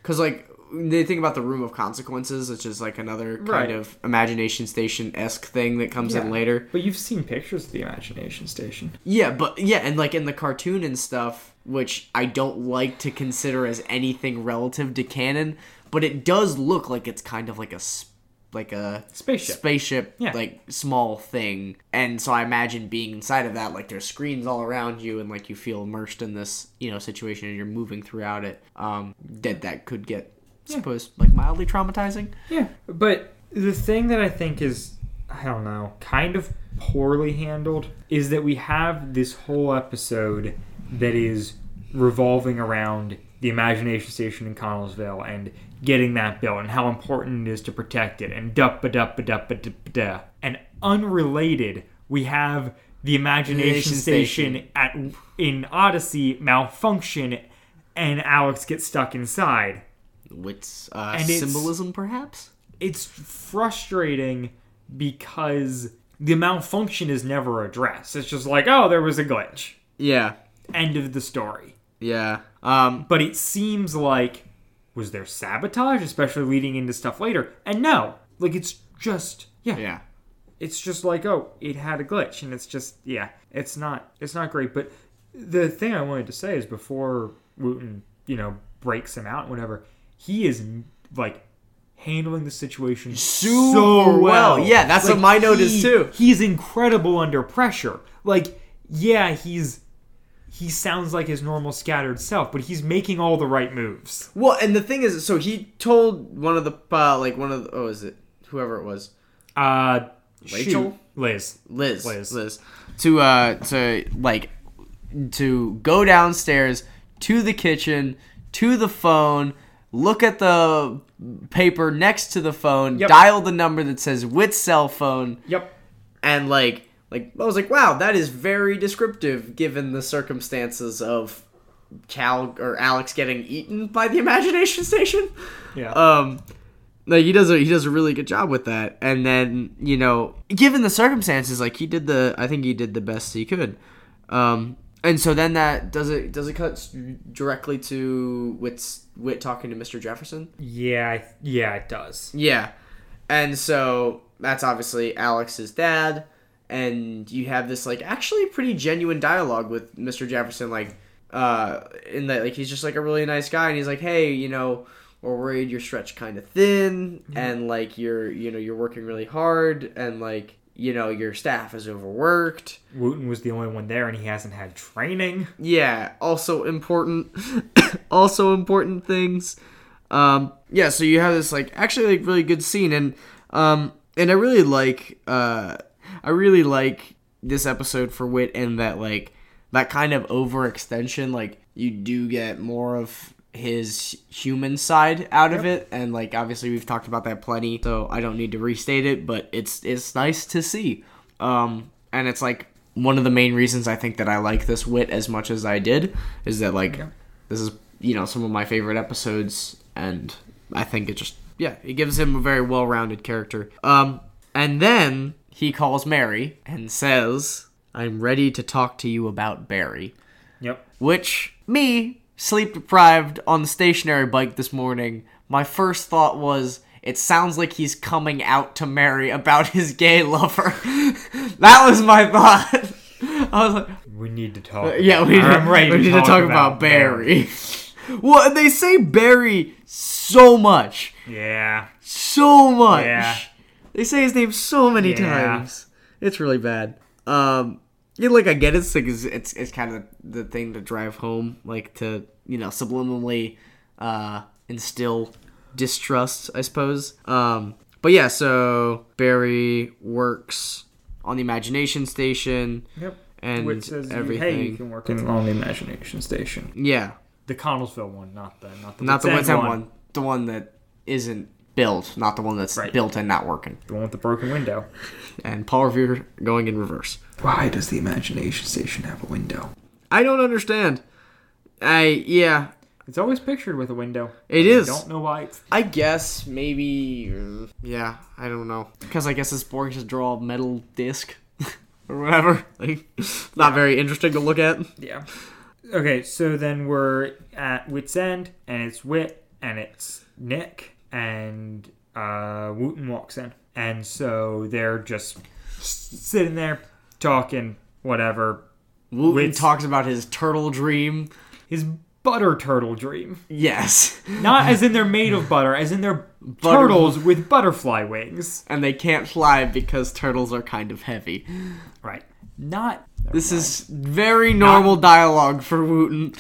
Speaker 4: because like they think about the room of consequences, which is like another kind
Speaker 3: Right.
Speaker 4: of imagination station esque thing that comes in
Speaker 3: Yeah.
Speaker 4: later.
Speaker 3: But you've seen pictures of the imagination station.
Speaker 4: Yeah, but yeah, and like in the cartoon and stuff, which I don't like to consider as anything relative to canon, but it does look like it's kind of like a s- like a
Speaker 3: Spaceship.
Speaker 4: spaceship,
Speaker 3: Yeah.
Speaker 4: like small thing. And so I imagine being inside of that, like there's screens all around you, and like you feel immersed in this, you know, situation, and you're moving throughout it. Um, that that could get, I suppose, like mildly traumatizing.
Speaker 3: Yeah, but the thing that I think is, I don't know, kind of poorly handled is that we have this whole episode that is revolving around the imagination station in Connellsville and getting that built and how important it is to protect it and dup ba dup ba dup ba dup ba da. And unrelated, we have the imagination
Speaker 4: Imagination station.
Speaker 3: station at in Odyssey malfunction and Alex gets stuck inside.
Speaker 4: With uh,
Speaker 3: And it's-
Speaker 4: symbolism, perhaps.
Speaker 3: it's frustrating because the malfunction is never addressed. It's just like, oh, there was a glitch.
Speaker 4: Yeah,
Speaker 3: End of the story.
Speaker 4: yeah. Um,
Speaker 3: But it seems like was there sabotage, especially leading into stuff later? And no, like it's just yeah,
Speaker 4: yeah.
Speaker 3: it's just like oh, it had a glitch, and it's just yeah, it's not it's not great. But the thing I wanted to say is before Wooten, you know, breaks him out, and whatever, he is like handling the situation
Speaker 4: Super
Speaker 3: so
Speaker 4: well. Yeah, that's what my note is
Speaker 3: he-
Speaker 4: too.
Speaker 3: He's incredible under pressure. Like, yeah, he's he sounds like his normal scattered self, but he's making all the right moves.
Speaker 4: Well, and the thing is, so he told one of the uh, like one of the, oh is it whoever it was
Speaker 3: Uh,
Speaker 4: Rachel?
Speaker 3: shoot, Liz,
Speaker 4: Liz
Speaker 3: Liz.
Speaker 4: Liz to uh to like to go downstairs to the kitchen to the phone look at the paper next to the phone
Speaker 3: Yep.
Speaker 4: dial the number that says with cell phone
Speaker 3: yep,
Speaker 4: and like like I was like, wow, that is very descriptive given the circumstances of Cal or Alex getting eaten by the imagination station.
Speaker 3: Yeah.
Speaker 4: Um like he does a he does a really good job with that. And then, you know, given the circumstances, like he did the I think he did the best he could. Um and so then that does it does it cut s- directly to Wit's Wit talking to Mr. Jefferson?
Speaker 3: yeah, I- yeah, it does.
Speaker 4: Yeah. And so that's obviously Alex's dad. And you have this like actually pretty genuine dialogue with Mr. Jefferson, like uh in that like he's just like a really nice guy and he's like, Hey, you know, we're worried you're stretched kinda thin and like you're you know, you're working really hard and like you know, your staff is overworked.
Speaker 3: Wooten was the only one there, and he hasn't had training.
Speaker 4: Yeah, also important also important things. Um yeah, so you have this like actually like really good scene and um and I really like uh I really like this episode for wit and that like that kind of overextension like you do get more of his human side out of it and like obviously we've talked about that plenty so I don't need to restate it but it's it's nice to see um and it's like one of the main reasons I think that I like this wit as much as I did is that like this is you know some of my favorite episodes and I think it just yeah it gives him a very well-rounded character um and then he calls Mary and says I'm ready to talk to you about Barry
Speaker 3: Yep.
Speaker 4: which me sleep deprived on the stationary bike this morning my first thought was it sounds like he's coming out to mary about his gay lover that was my thought i was like
Speaker 3: We need to talk.
Speaker 4: Uh, yeah we need,
Speaker 3: I'm ready
Speaker 4: we need to talk, about, barry well and they say barry so much
Speaker 3: Yeah.
Speaker 4: so much
Speaker 3: Yeah.
Speaker 4: they say his name so many
Speaker 3: Yeah.
Speaker 4: times it's really bad um yeah, like I get it's like it's it's, it's kind of the thing to drive home, like to you know subliminally uh, instill distrust, I suppose. Um, but yeah, so Barry works on the imagination station
Speaker 3: Yep.
Speaker 4: and
Speaker 3: Which says, you-
Speaker 4: everything.
Speaker 3: hey, you can work in, on the imagination station.
Speaker 4: yeah,
Speaker 3: The Connellsville one, not the not the
Speaker 4: not the
Speaker 3: Woods
Speaker 4: one,
Speaker 3: End
Speaker 4: one, the one that isn't built, not the one that's
Speaker 3: Right.
Speaker 4: built and not working.
Speaker 3: the one with the broken window.
Speaker 4: And Paul Revere going in reverse.
Speaker 5: Why does the imagination station have a window?
Speaker 4: I don't understand. I yeah,
Speaker 3: It's always pictured with a window.
Speaker 4: It
Speaker 3: It is.
Speaker 4: is.
Speaker 3: Don't know why. It's,
Speaker 4: I guess maybe. uh, Yeah, I don't know. Because I guess it's boring to draw a metal disc or whatever. Like, not very interesting to look at.
Speaker 3: yeah. Okay, so then we're at Wit's End, and it's Wit, and it's Nick, and uh, Wooten walks in, and so they're just sitting there talking, whatever.
Speaker 4: Wooten
Speaker 3: Wits.
Speaker 4: talks about his turtle dream.
Speaker 3: His butter turtle dream,
Speaker 4: Yes,
Speaker 3: not as in they're made of butter, as in they're
Speaker 4: Butter-
Speaker 3: turtles with butterfly wings.
Speaker 4: and they can't fly because turtles are kind of heavy.
Speaker 3: Right. Not
Speaker 4: This is very normal dialogue for Wooten.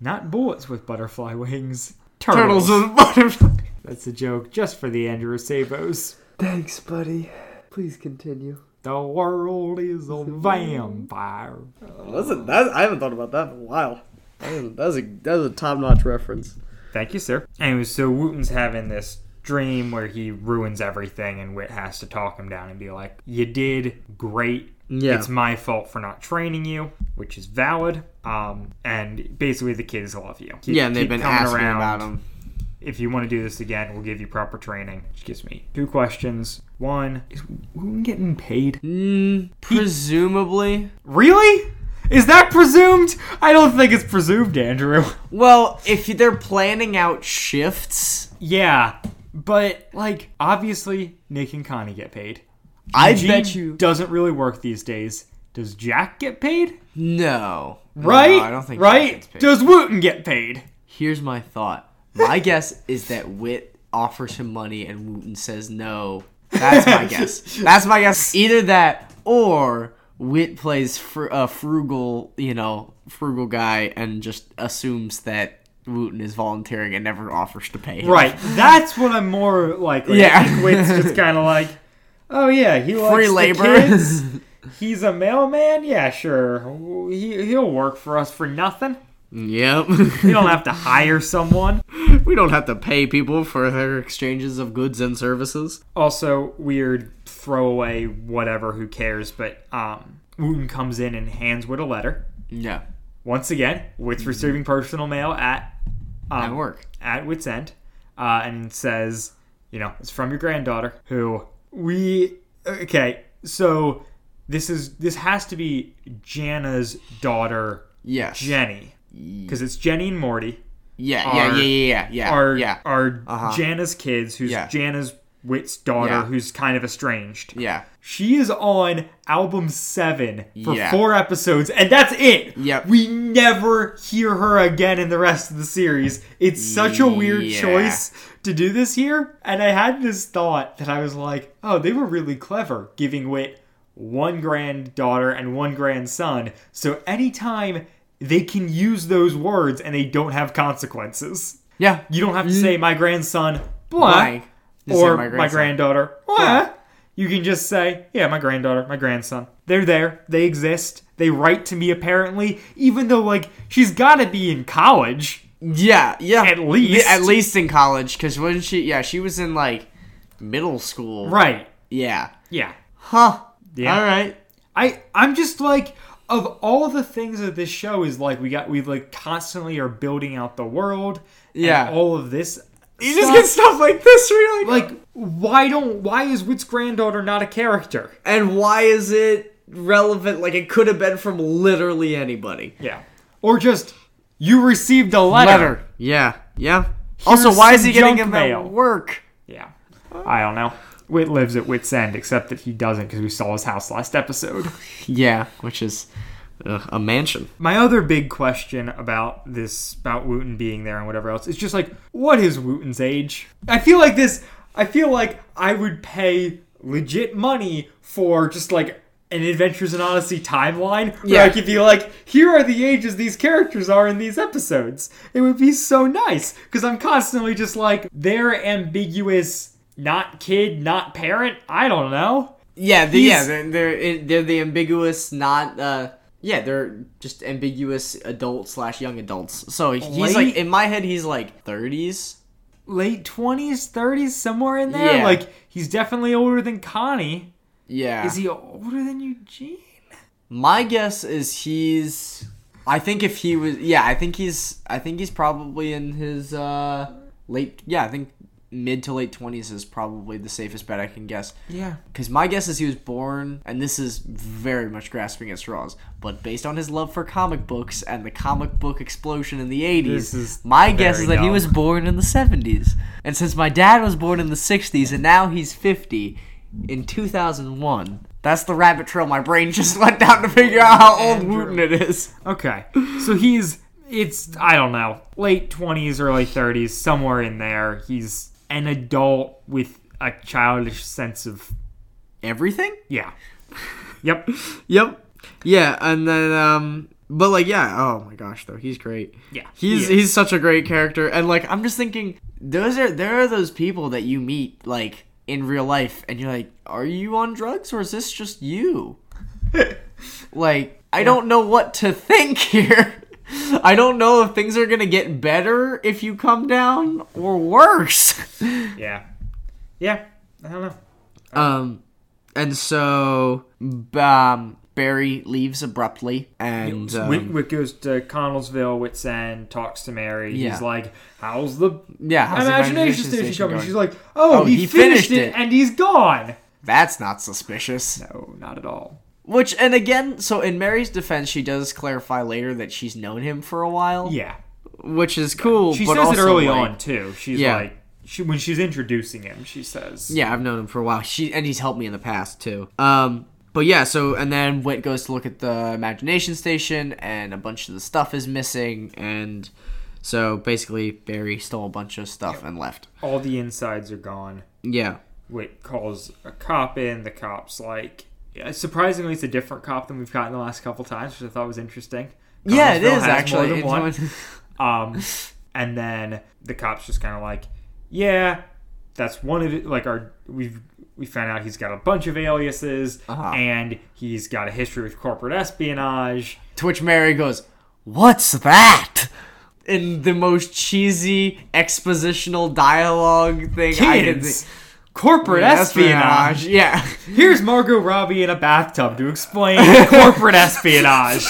Speaker 3: not bullets with butterfly wings.
Speaker 4: Turtles with butterflies.
Speaker 3: That's a joke just for the Andrew Sabos.
Speaker 5: Thanks, buddy. Please continue.
Speaker 3: The world is a vampire.
Speaker 4: Listen, that, I haven't thought about that in a while. That's a that's a top notch reference.
Speaker 3: Thank you, sir. Anyway, so Wooten's having this dream where he ruins everything, and Wit has to talk him down and be like, "You did great.
Speaker 4: Yeah.
Speaker 3: It's my fault for not training you, which is valid." Um, and basically, the kids love you. Keep-
Speaker 4: Yeah, and they've
Speaker 3: keep
Speaker 4: been
Speaker 3: coming
Speaker 4: asking about him.
Speaker 3: If you want to do this again, we'll give you proper training. Which gives me two questions. One is Wooten getting paid?
Speaker 4: Mm, presumably.
Speaker 3: Really? Is that presumed? I don't think it's presumed, Andrew.
Speaker 4: Well, if they're planning out shifts,
Speaker 3: Yeah, but like obviously Nick and Connie get paid.
Speaker 4: I
Speaker 3: Gene
Speaker 4: bet you.
Speaker 3: doesn't really work these days. Does Jack get paid?
Speaker 4: No.
Speaker 3: Right?
Speaker 4: No, I don't think.
Speaker 3: right.
Speaker 4: Jack gets paid.
Speaker 3: Does Wooten get paid?
Speaker 4: Here's my thought. My guess is that Wit offers him money and Wooten says no. That's my guess. That's my guess. Either that or Wit plays fr- a frugal, you know, frugal guy and just assumes that Wooten is volunteering and never offers to pay him.
Speaker 3: Right. That's what I'm more like. like
Speaker 4: Yeah.
Speaker 3: I think Wit's just kind of like, oh yeah, he likes
Speaker 4: Free
Speaker 3: the
Speaker 4: labor.
Speaker 3: kids. He's a mailman. Yeah, sure. He he'll work for us for nothing. We
Speaker 4: Yep.
Speaker 3: don't have to hire someone.
Speaker 4: we don't have to pay people for their exchanges of goods and services.
Speaker 3: also weird throwaway whatever who cares but um wooten comes in and hands with a letter
Speaker 4: Yeah.
Speaker 3: once again with receiving personal mail at um,
Speaker 4: Mm-hmm. At work.
Speaker 3: at wit's end uh, and says you know it's from your granddaughter who we okay so this is this has to be jana's daughter
Speaker 4: Yes.
Speaker 3: jenny because it's jenny and morty
Speaker 4: Yeah,
Speaker 3: are-
Speaker 4: yeah, yeah, yeah, yeah, yeah.
Speaker 3: are
Speaker 4: yeah.
Speaker 3: are Jana's kids, who's
Speaker 4: Yeah.
Speaker 3: Jana's Wit's daughter,
Speaker 4: Yeah.
Speaker 3: who's kind of estranged.
Speaker 4: Yeah.
Speaker 3: She is on album seven for
Speaker 4: Yeah.
Speaker 3: four episodes, and that's it.
Speaker 4: Yep.
Speaker 3: We never hear her again in the rest of the series. It's such a weird
Speaker 4: Yeah.
Speaker 3: choice to do this here. And I had this thought that I was like, oh, they were really clever giving Wit one granddaughter and one grandson. So anytime they can use those words and they don't have consequences,
Speaker 4: Yeah.
Speaker 3: you don't have to say, my grandson, blank
Speaker 4: Blank. Just say
Speaker 3: or
Speaker 4: my
Speaker 3: my,
Speaker 4: grandson.
Speaker 3: granddaughter. What? You can just say, yeah, my granddaughter, my grandson. They're there. They exist. They write to me apparently, even though like she's got to be in college.
Speaker 4: Yeah, yeah.
Speaker 3: At least.
Speaker 4: at least in college, because when she, yeah, she was in like middle school.
Speaker 3: Right.
Speaker 4: Yeah.
Speaker 3: Yeah.
Speaker 4: Huh.
Speaker 3: Yeah.
Speaker 4: All right.
Speaker 3: I I'm just like of all the things that this show is like we got we like constantly are building out the world. and
Speaker 4: Yeah.
Speaker 3: all of this.
Speaker 4: You just get stuff like this, really.
Speaker 3: like why don't why is Wit's granddaughter not a character?
Speaker 5: And why is it relevant? Like it could have been from literally anybody.
Speaker 3: Yeah. Or just you received a letter.
Speaker 4: letter. Yeah. Yeah. also, why is he
Speaker 3: some
Speaker 4: getting
Speaker 3: junk
Speaker 4: him
Speaker 3: mail.
Speaker 4: at work?
Speaker 3: Yeah. I don't know. Wit lives at Wit's End, except that he doesn't because we saw his house last episode.
Speaker 4: Yeah, which is uh, a mansion.
Speaker 3: My other big question about this, about Wooten being there and whatever else, is just like, what is Wooten's age? I feel like this, I feel like I would pay legit money for just like an Adventures in Odyssey timeline. Yeah.
Speaker 4: Yeah.
Speaker 3: Like, if you like, here are the ages these characters are in these episodes. It would be so nice because I'm constantly just like, they're ambiguous, not kid, not parent. I don't know.
Speaker 4: Yeah. The,
Speaker 3: He's-
Speaker 4: yeah. They're, they're they're the ambiguous, not. uh Yeah, they're just ambiguous adult slash young adults. So he's
Speaker 3: Late-
Speaker 4: like in my head, he's like thirties.
Speaker 3: Late 20s, 30s, somewhere in there.
Speaker 4: Yeah.
Speaker 3: Like, he's definitely older than Connie.
Speaker 4: Yeah.
Speaker 3: Is he older than Eugene?
Speaker 4: My guess is he's. I think if he was, yeah, I think he's. I think he's probably in his uh late. Yeah, I think mid to late twenties is probably the safest bet I can guess.
Speaker 3: Yeah.
Speaker 4: Because my guess is he was born, and this is very much grasping at straws, but based on his love for comic books and the comic book explosion in the 80s,
Speaker 3: This is
Speaker 4: my guess
Speaker 3: very
Speaker 4: is that he
Speaker 3: dumb.
Speaker 4: was born in the 70s. And since my dad was born in the 60s and now he's 50 in 2001, that's the rabbit trail my brain just went down to figure out how old Wooten it is.
Speaker 3: Okay. So he's it's I don't know, late 20s early 30s, somewhere in there. He's an adult with a childish sense of
Speaker 4: Everything?
Speaker 3: yeah. Yep.
Speaker 4: Yep. Yeah, and then um but like yeah, oh my gosh though, he's great.
Speaker 3: Yeah,
Speaker 4: He's
Speaker 3: he is.
Speaker 4: he's such a great character and like I'm just thinking those are there are those people that you meet like in real life and you're like, are you on drugs or is this just you? like I don't know what to think here. I don't know if things are going to get better if you come down or worse.
Speaker 3: Yeah. Yeah. I don't know.
Speaker 4: Um, and so um, Barry leaves abruptly, and um,
Speaker 3: Whit, Whit goes to Connellsville, Whit's End, talks to Mary.
Speaker 4: Yeah.
Speaker 3: He's like, How's the
Speaker 4: yeah, how's the
Speaker 3: imagination station coming?
Speaker 4: going?
Speaker 3: She's like, Oh,
Speaker 4: Oh,
Speaker 3: he,
Speaker 4: he
Speaker 3: finished,
Speaker 4: finished
Speaker 3: it,
Speaker 4: it."
Speaker 3: and he's gone.
Speaker 4: That's not suspicious.
Speaker 3: No, not at all.
Speaker 4: Which, and again, so in Mary's defense, she does clarify later that she's known him for a while,
Speaker 3: Yeah.
Speaker 4: which is cool.
Speaker 3: She
Speaker 4: but
Speaker 3: says it
Speaker 4: also,
Speaker 3: early
Speaker 4: like,
Speaker 3: on too. She's
Speaker 4: Yeah.
Speaker 3: like she when she's introducing him, she says
Speaker 4: Yeah, I've known him for a while. She and he's helped me in the past too. Um, but yeah, so and then Whit goes to look at the imagination station, and a bunch of the stuff is missing, and so basically Barry stole a bunch of stuff and left.
Speaker 3: all the insides are gone.
Speaker 4: Yeah,
Speaker 3: Wit calls a cop in. The cop's like, yeah, surprisingly, it's a different cop than we've gotten the last couple times, which I thought was interesting.
Speaker 4: yeah, it
Speaker 3: Connellsville has
Speaker 4: is
Speaker 3: more
Speaker 4: actually.
Speaker 3: than
Speaker 4: It's
Speaker 3: one.
Speaker 4: one-
Speaker 3: Um, and then the cop's just kind of like, yeah, that's one of it. Like our we've we found out he's got a bunch of aliases
Speaker 4: Uh-huh.
Speaker 3: and he's got a history with corporate espionage.
Speaker 4: to which Mary goes, "What's that?" In the most cheesy expositional dialogue thing I can
Speaker 3: Kids,
Speaker 4: think.
Speaker 3: corporate espionage.
Speaker 4: Espionage, yeah.
Speaker 3: Here's Margot Robbie in a bathtub to explain corporate espionage.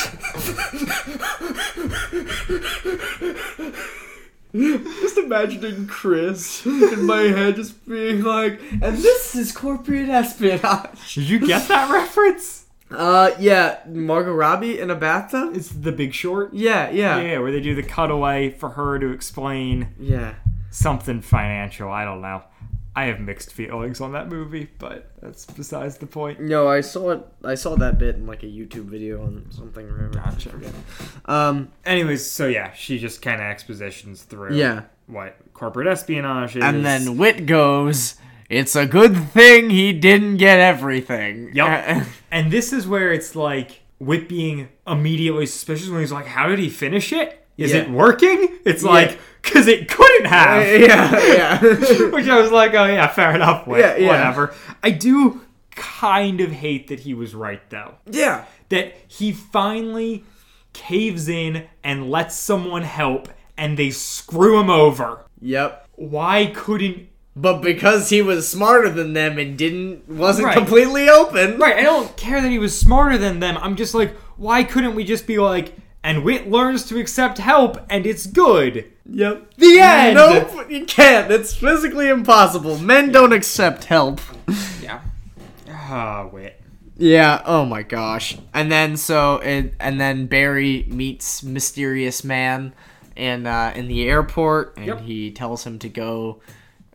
Speaker 5: Just imagining Chris in my head just being like, and this is corporate espionage.
Speaker 3: Did you get that reference?
Speaker 5: Uh, yeah, Margot Robbie in a bathtub.
Speaker 3: It's The Big Short.
Speaker 5: Yeah, yeah,
Speaker 3: Yeah, where they do the cutaway for her to explain
Speaker 5: yeah.
Speaker 3: something financial. I don't know.
Speaker 2: I have mixed feelings on that movie, but that's besides the point.
Speaker 5: No, I saw it. I saw that bit in like a YouTube video on something. Remember?
Speaker 2: Gotcha.
Speaker 5: Um,
Speaker 3: Anyways, so yeah, she just kind of expositions through
Speaker 5: Yeah.
Speaker 3: what corporate espionage is.
Speaker 4: And then Wit goes, "It's a good thing he didn't get everything."
Speaker 3: Yup. and this is where it's like Whip being immediately suspicious when he's like, "How did he finish it? Is
Speaker 5: Yeah.
Speaker 3: it working?" It's like because it couldn't have.
Speaker 5: yeah, yeah.
Speaker 3: Which I was like, oh yeah, fair enough. Whip,
Speaker 5: Yeah, yeah.
Speaker 3: Whatever. I do kind of hate that he was right though.
Speaker 5: yeah.
Speaker 3: That he finally caves in and lets someone help, and they screw him over.
Speaker 5: Yep.
Speaker 3: Why couldn't?
Speaker 5: But because he was smarter than them and didn't wasn't
Speaker 3: Right.
Speaker 5: completely open.
Speaker 3: Right. I don't care that he was smarter than them. I'm just like, why couldn't we just be like? And Wit learns to accept help, and it's good.
Speaker 5: Yep.
Speaker 3: The end.
Speaker 5: Nope, you can't. It's physically impossible. Men don't accept help.
Speaker 3: Yeah. Ah, Wit.
Speaker 5: Yeah. Oh my
Speaker 4: gosh. And then so it, and then Barry meets mysterious man in uh, in the airport, and
Speaker 3: Yep.
Speaker 4: he tells him to go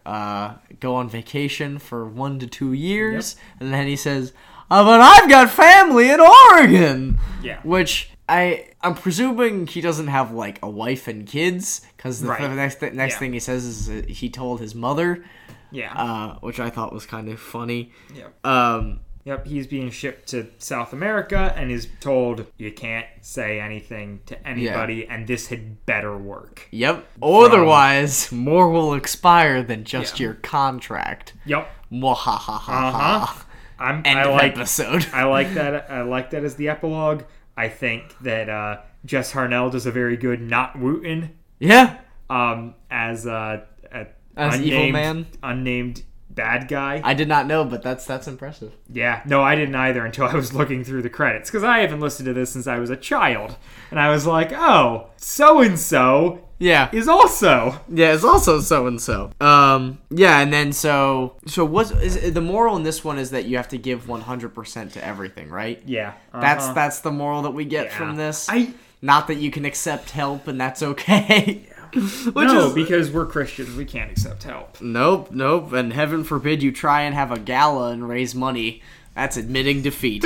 Speaker 4: uh, go on vacation for one to two years, and then he says, "Uh, "But I've got family in Oregon."
Speaker 3: Yeah.
Speaker 4: Which I I'm presuming he doesn't have like a wife and kids because the,
Speaker 3: Right.
Speaker 4: the next th- next
Speaker 3: Yeah.
Speaker 4: thing he says is that he told his mother,
Speaker 3: Yeah.
Speaker 4: uh, which I thought was kind of funny.
Speaker 3: yeah.
Speaker 4: Um,
Speaker 3: Yep, he's being shipped to South America and is told you can't say anything to anybody, and this had better work.
Speaker 4: Yep. Otherwise, more will expire than just your contract.
Speaker 3: Yep. Uh
Speaker 4: Mwahahaha.
Speaker 3: huh. I'm.
Speaker 4: End
Speaker 3: I
Speaker 4: of
Speaker 3: like.
Speaker 4: episode.
Speaker 3: I like that. I like that as the epilogue. I think that uh, Jess Harnell does a very good not Wooten
Speaker 4: yeah.
Speaker 3: um, as uh, a
Speaker 4: As evil man?
Speaker 3: unnamed bad guy.
Speaker 4: I did not know, but that's that's impressive.
Speaker 3: Yeah, no, I didn't either until I was looking through the credits because I haven't listened to this since I was a child, and I was like, oh, so and so
Speaker 4: Yeah.
Speaker 3: is also
Speaker 4: Yeah, it's also so and so. Um yeah, and then so so what's is the moral in this one is that you have to give 100% to everything, right?
Speaker 3: yeah.
Speaker 4: That's
Speaker 3: uh-huh.
Speaker 4: that's the moral that we get
Speaker 3: Yeah.
Speaker 4: from this.
Speaker 3: I
Speaker 4: not that you can accept help and that's okay.
Speaker 3: which
Speaker 4: Which
Speaker 3: no,
Speaker 4: is
Speaker 3: because we're Christians, we can't accept help.
Speaker 4: Nope, nope, and heaven forbid you try and have a gala and raise money. That's admitting defeat.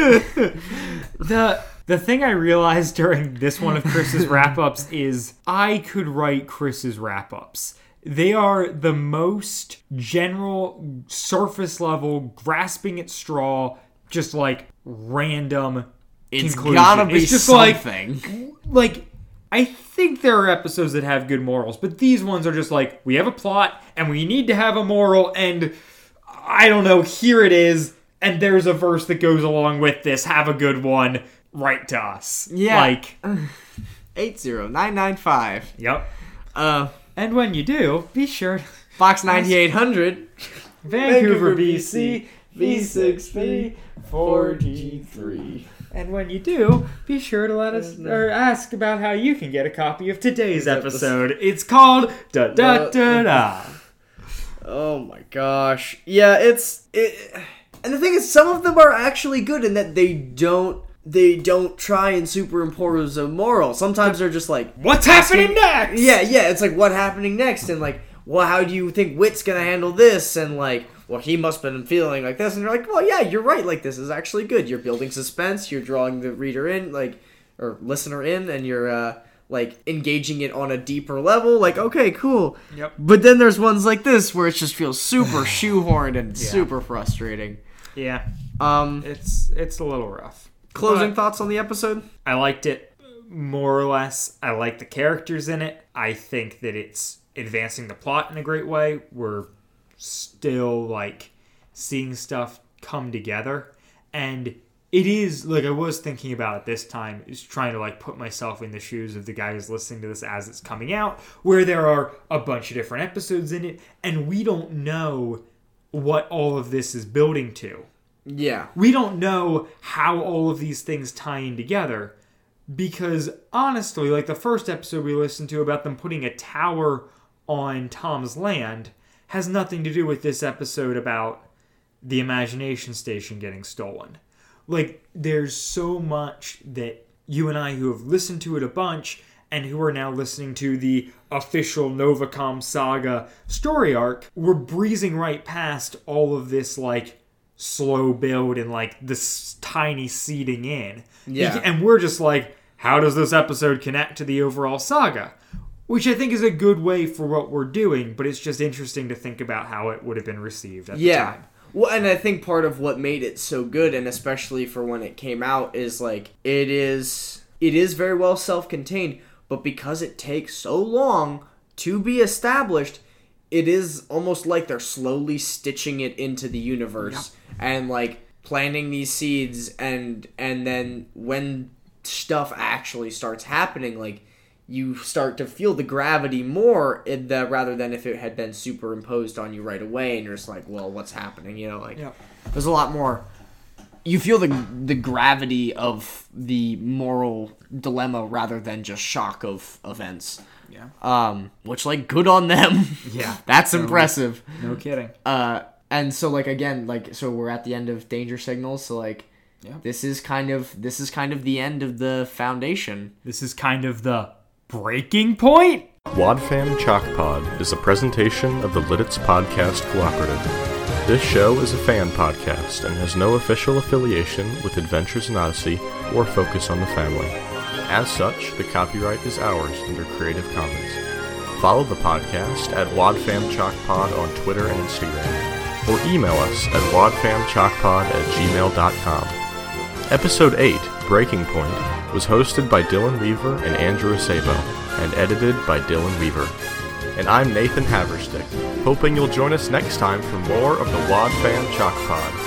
Speaker 3: The the thing I realized during this one of Chris's wrap ups is I could write Chris's wrap ups. They are the most general, surface level, grasping at straw, just like random.
Speaker 4: It's
Speaker 3: conclusion.
Speaker 4: gotta be
Speaker 3: It's just
Speaker 4: something.
Speaker 3: like I think there are episodes that have good morals, but these ones are just like we have a plot and we need to have a moral and I don't know, here it is and there's a verse that goes along with this, have a good one, write to us.
Speaker 4: Yeah.
Speaker 3: Like,
Speaker 4: Eight zero nine nine five.
Speaker 3: yep.
Speaker 4: Uh,
Speaker 3: And when you do, be sure
Speaker 4: Fox ninety eight hundred.
Speaker 5: Vancouver,
Speaker 3: Vancouver, BC,
Speaker 5: V6P, 4G3.
Speaker 3: And when you do, be sure to let us or ask about how you can get a copy of today's episode. It's called Da Da Da Da.
Speaker 5: Oh my gosh. Yeah, it's it and the thing is some of them are actually good in that they don't they don't try and superimpose a moral. Sometimes they're just like
Speaker 3: What's happening next?
Speaker 5: Yeah, yeah, it's like what happening next and like well how do you think Wit's gonna handle this and like well he must have been feeling like this and you're like, Well yeah, you're right, like this is actually good. You're building suspense, you're drawing the reader in, like or listener in and you're uh like engaging it on a deeper level, like okay, cool.
Speaker 3: Yep.
Speaker 4: But then there's ones like this where it just feels super shoehorned and super frustrating.
Speaker 3: Yeah.
Speaker 5: Um,
Speaker 3: It's it's a little rough.
Speaker 5: closing
Speaker 3: But-
Speaker 5: thoughts on the episode?
Speaker 3: I liked it more or less. I like the characters in it. I think that it's advancing the plot in a great way. We're still like seeing stuff come together and it is like I was thinking about it this time is trying to like put myself in the shoes of the guy who's listening to this as it's coming out where there are a bunch of different episodes in it and we don't know what all of this is building to
Speaker 5: Yeah.
Speaker 3: we don't know how all of these things tie in together because honestly like the first episode we listened to about them putting a tower on tom's land has nothing to do with this episode about the imagination station getting stolen like there's so much that you and i who have listened to it a bunch and who are now listening to the official Novacom Saga story arc, we're breezing right past all of this, like, slow build and, like, this tiny seeding in.
Speaker 5: Yeah.
Speaker 3: And we're just like, how does this episode connect to the overall saga? Which I think is a good way for what we're doing, but it's just interesting to think about how it would have been received at the
Speaker 5: Yeah.
Speaker 3: time.
Speaker 5: Well, and I think part of what made it so good, and especially for when it came out, is like it is it is very well self-contained, but because it takes so long to be established, it is almost like they're slowly stitching it into the universe and like planting these seeds, and and then when stuff actually starts happening, like you start to feel the gravity more in the, rather than if it had been superimposed on you right away and you're just like well what's happening you know like
Speaker 3: Yep.
Speaker 5: there's a lot more
Speaker 4: you feel the the gravity of the moral dilemma rather than just shock of events.
Speaker 3: Yeah.
Speaker 4: Um, which like good on them.
Speaker 3: Yeah.
Speaker 4: That's impressive.
Speaker 3: No kidding.
Speaker 4: Uh, and so like again, like so we're at the end of danger signals. So like, this is kind of this is kind of the end of the foundation.
Speaker 3: This is kind of the breaking point.
Speaker 1: Wadfam Chalk Pod is a presentation of the Lidditz Podcast Cooperative. This show is a fan podcast and has no official affiliation with Adventures in Odyssey or Focus on the Family. As such, the copyright is ours under Creative Commons. Follow the podcast at Wadfam Chalk Pod on Twitter and Instagram, or email us at wadfamchalkpod at gmail.com. Episode 8, Breaking Point, was hosted by Dylan Weaver and Andrew Acebo, and edited by Dylan Weaver. And I'm Nathan Haverstick, hoping you'll join us next time for more of the Wad Fan Chalk Pod.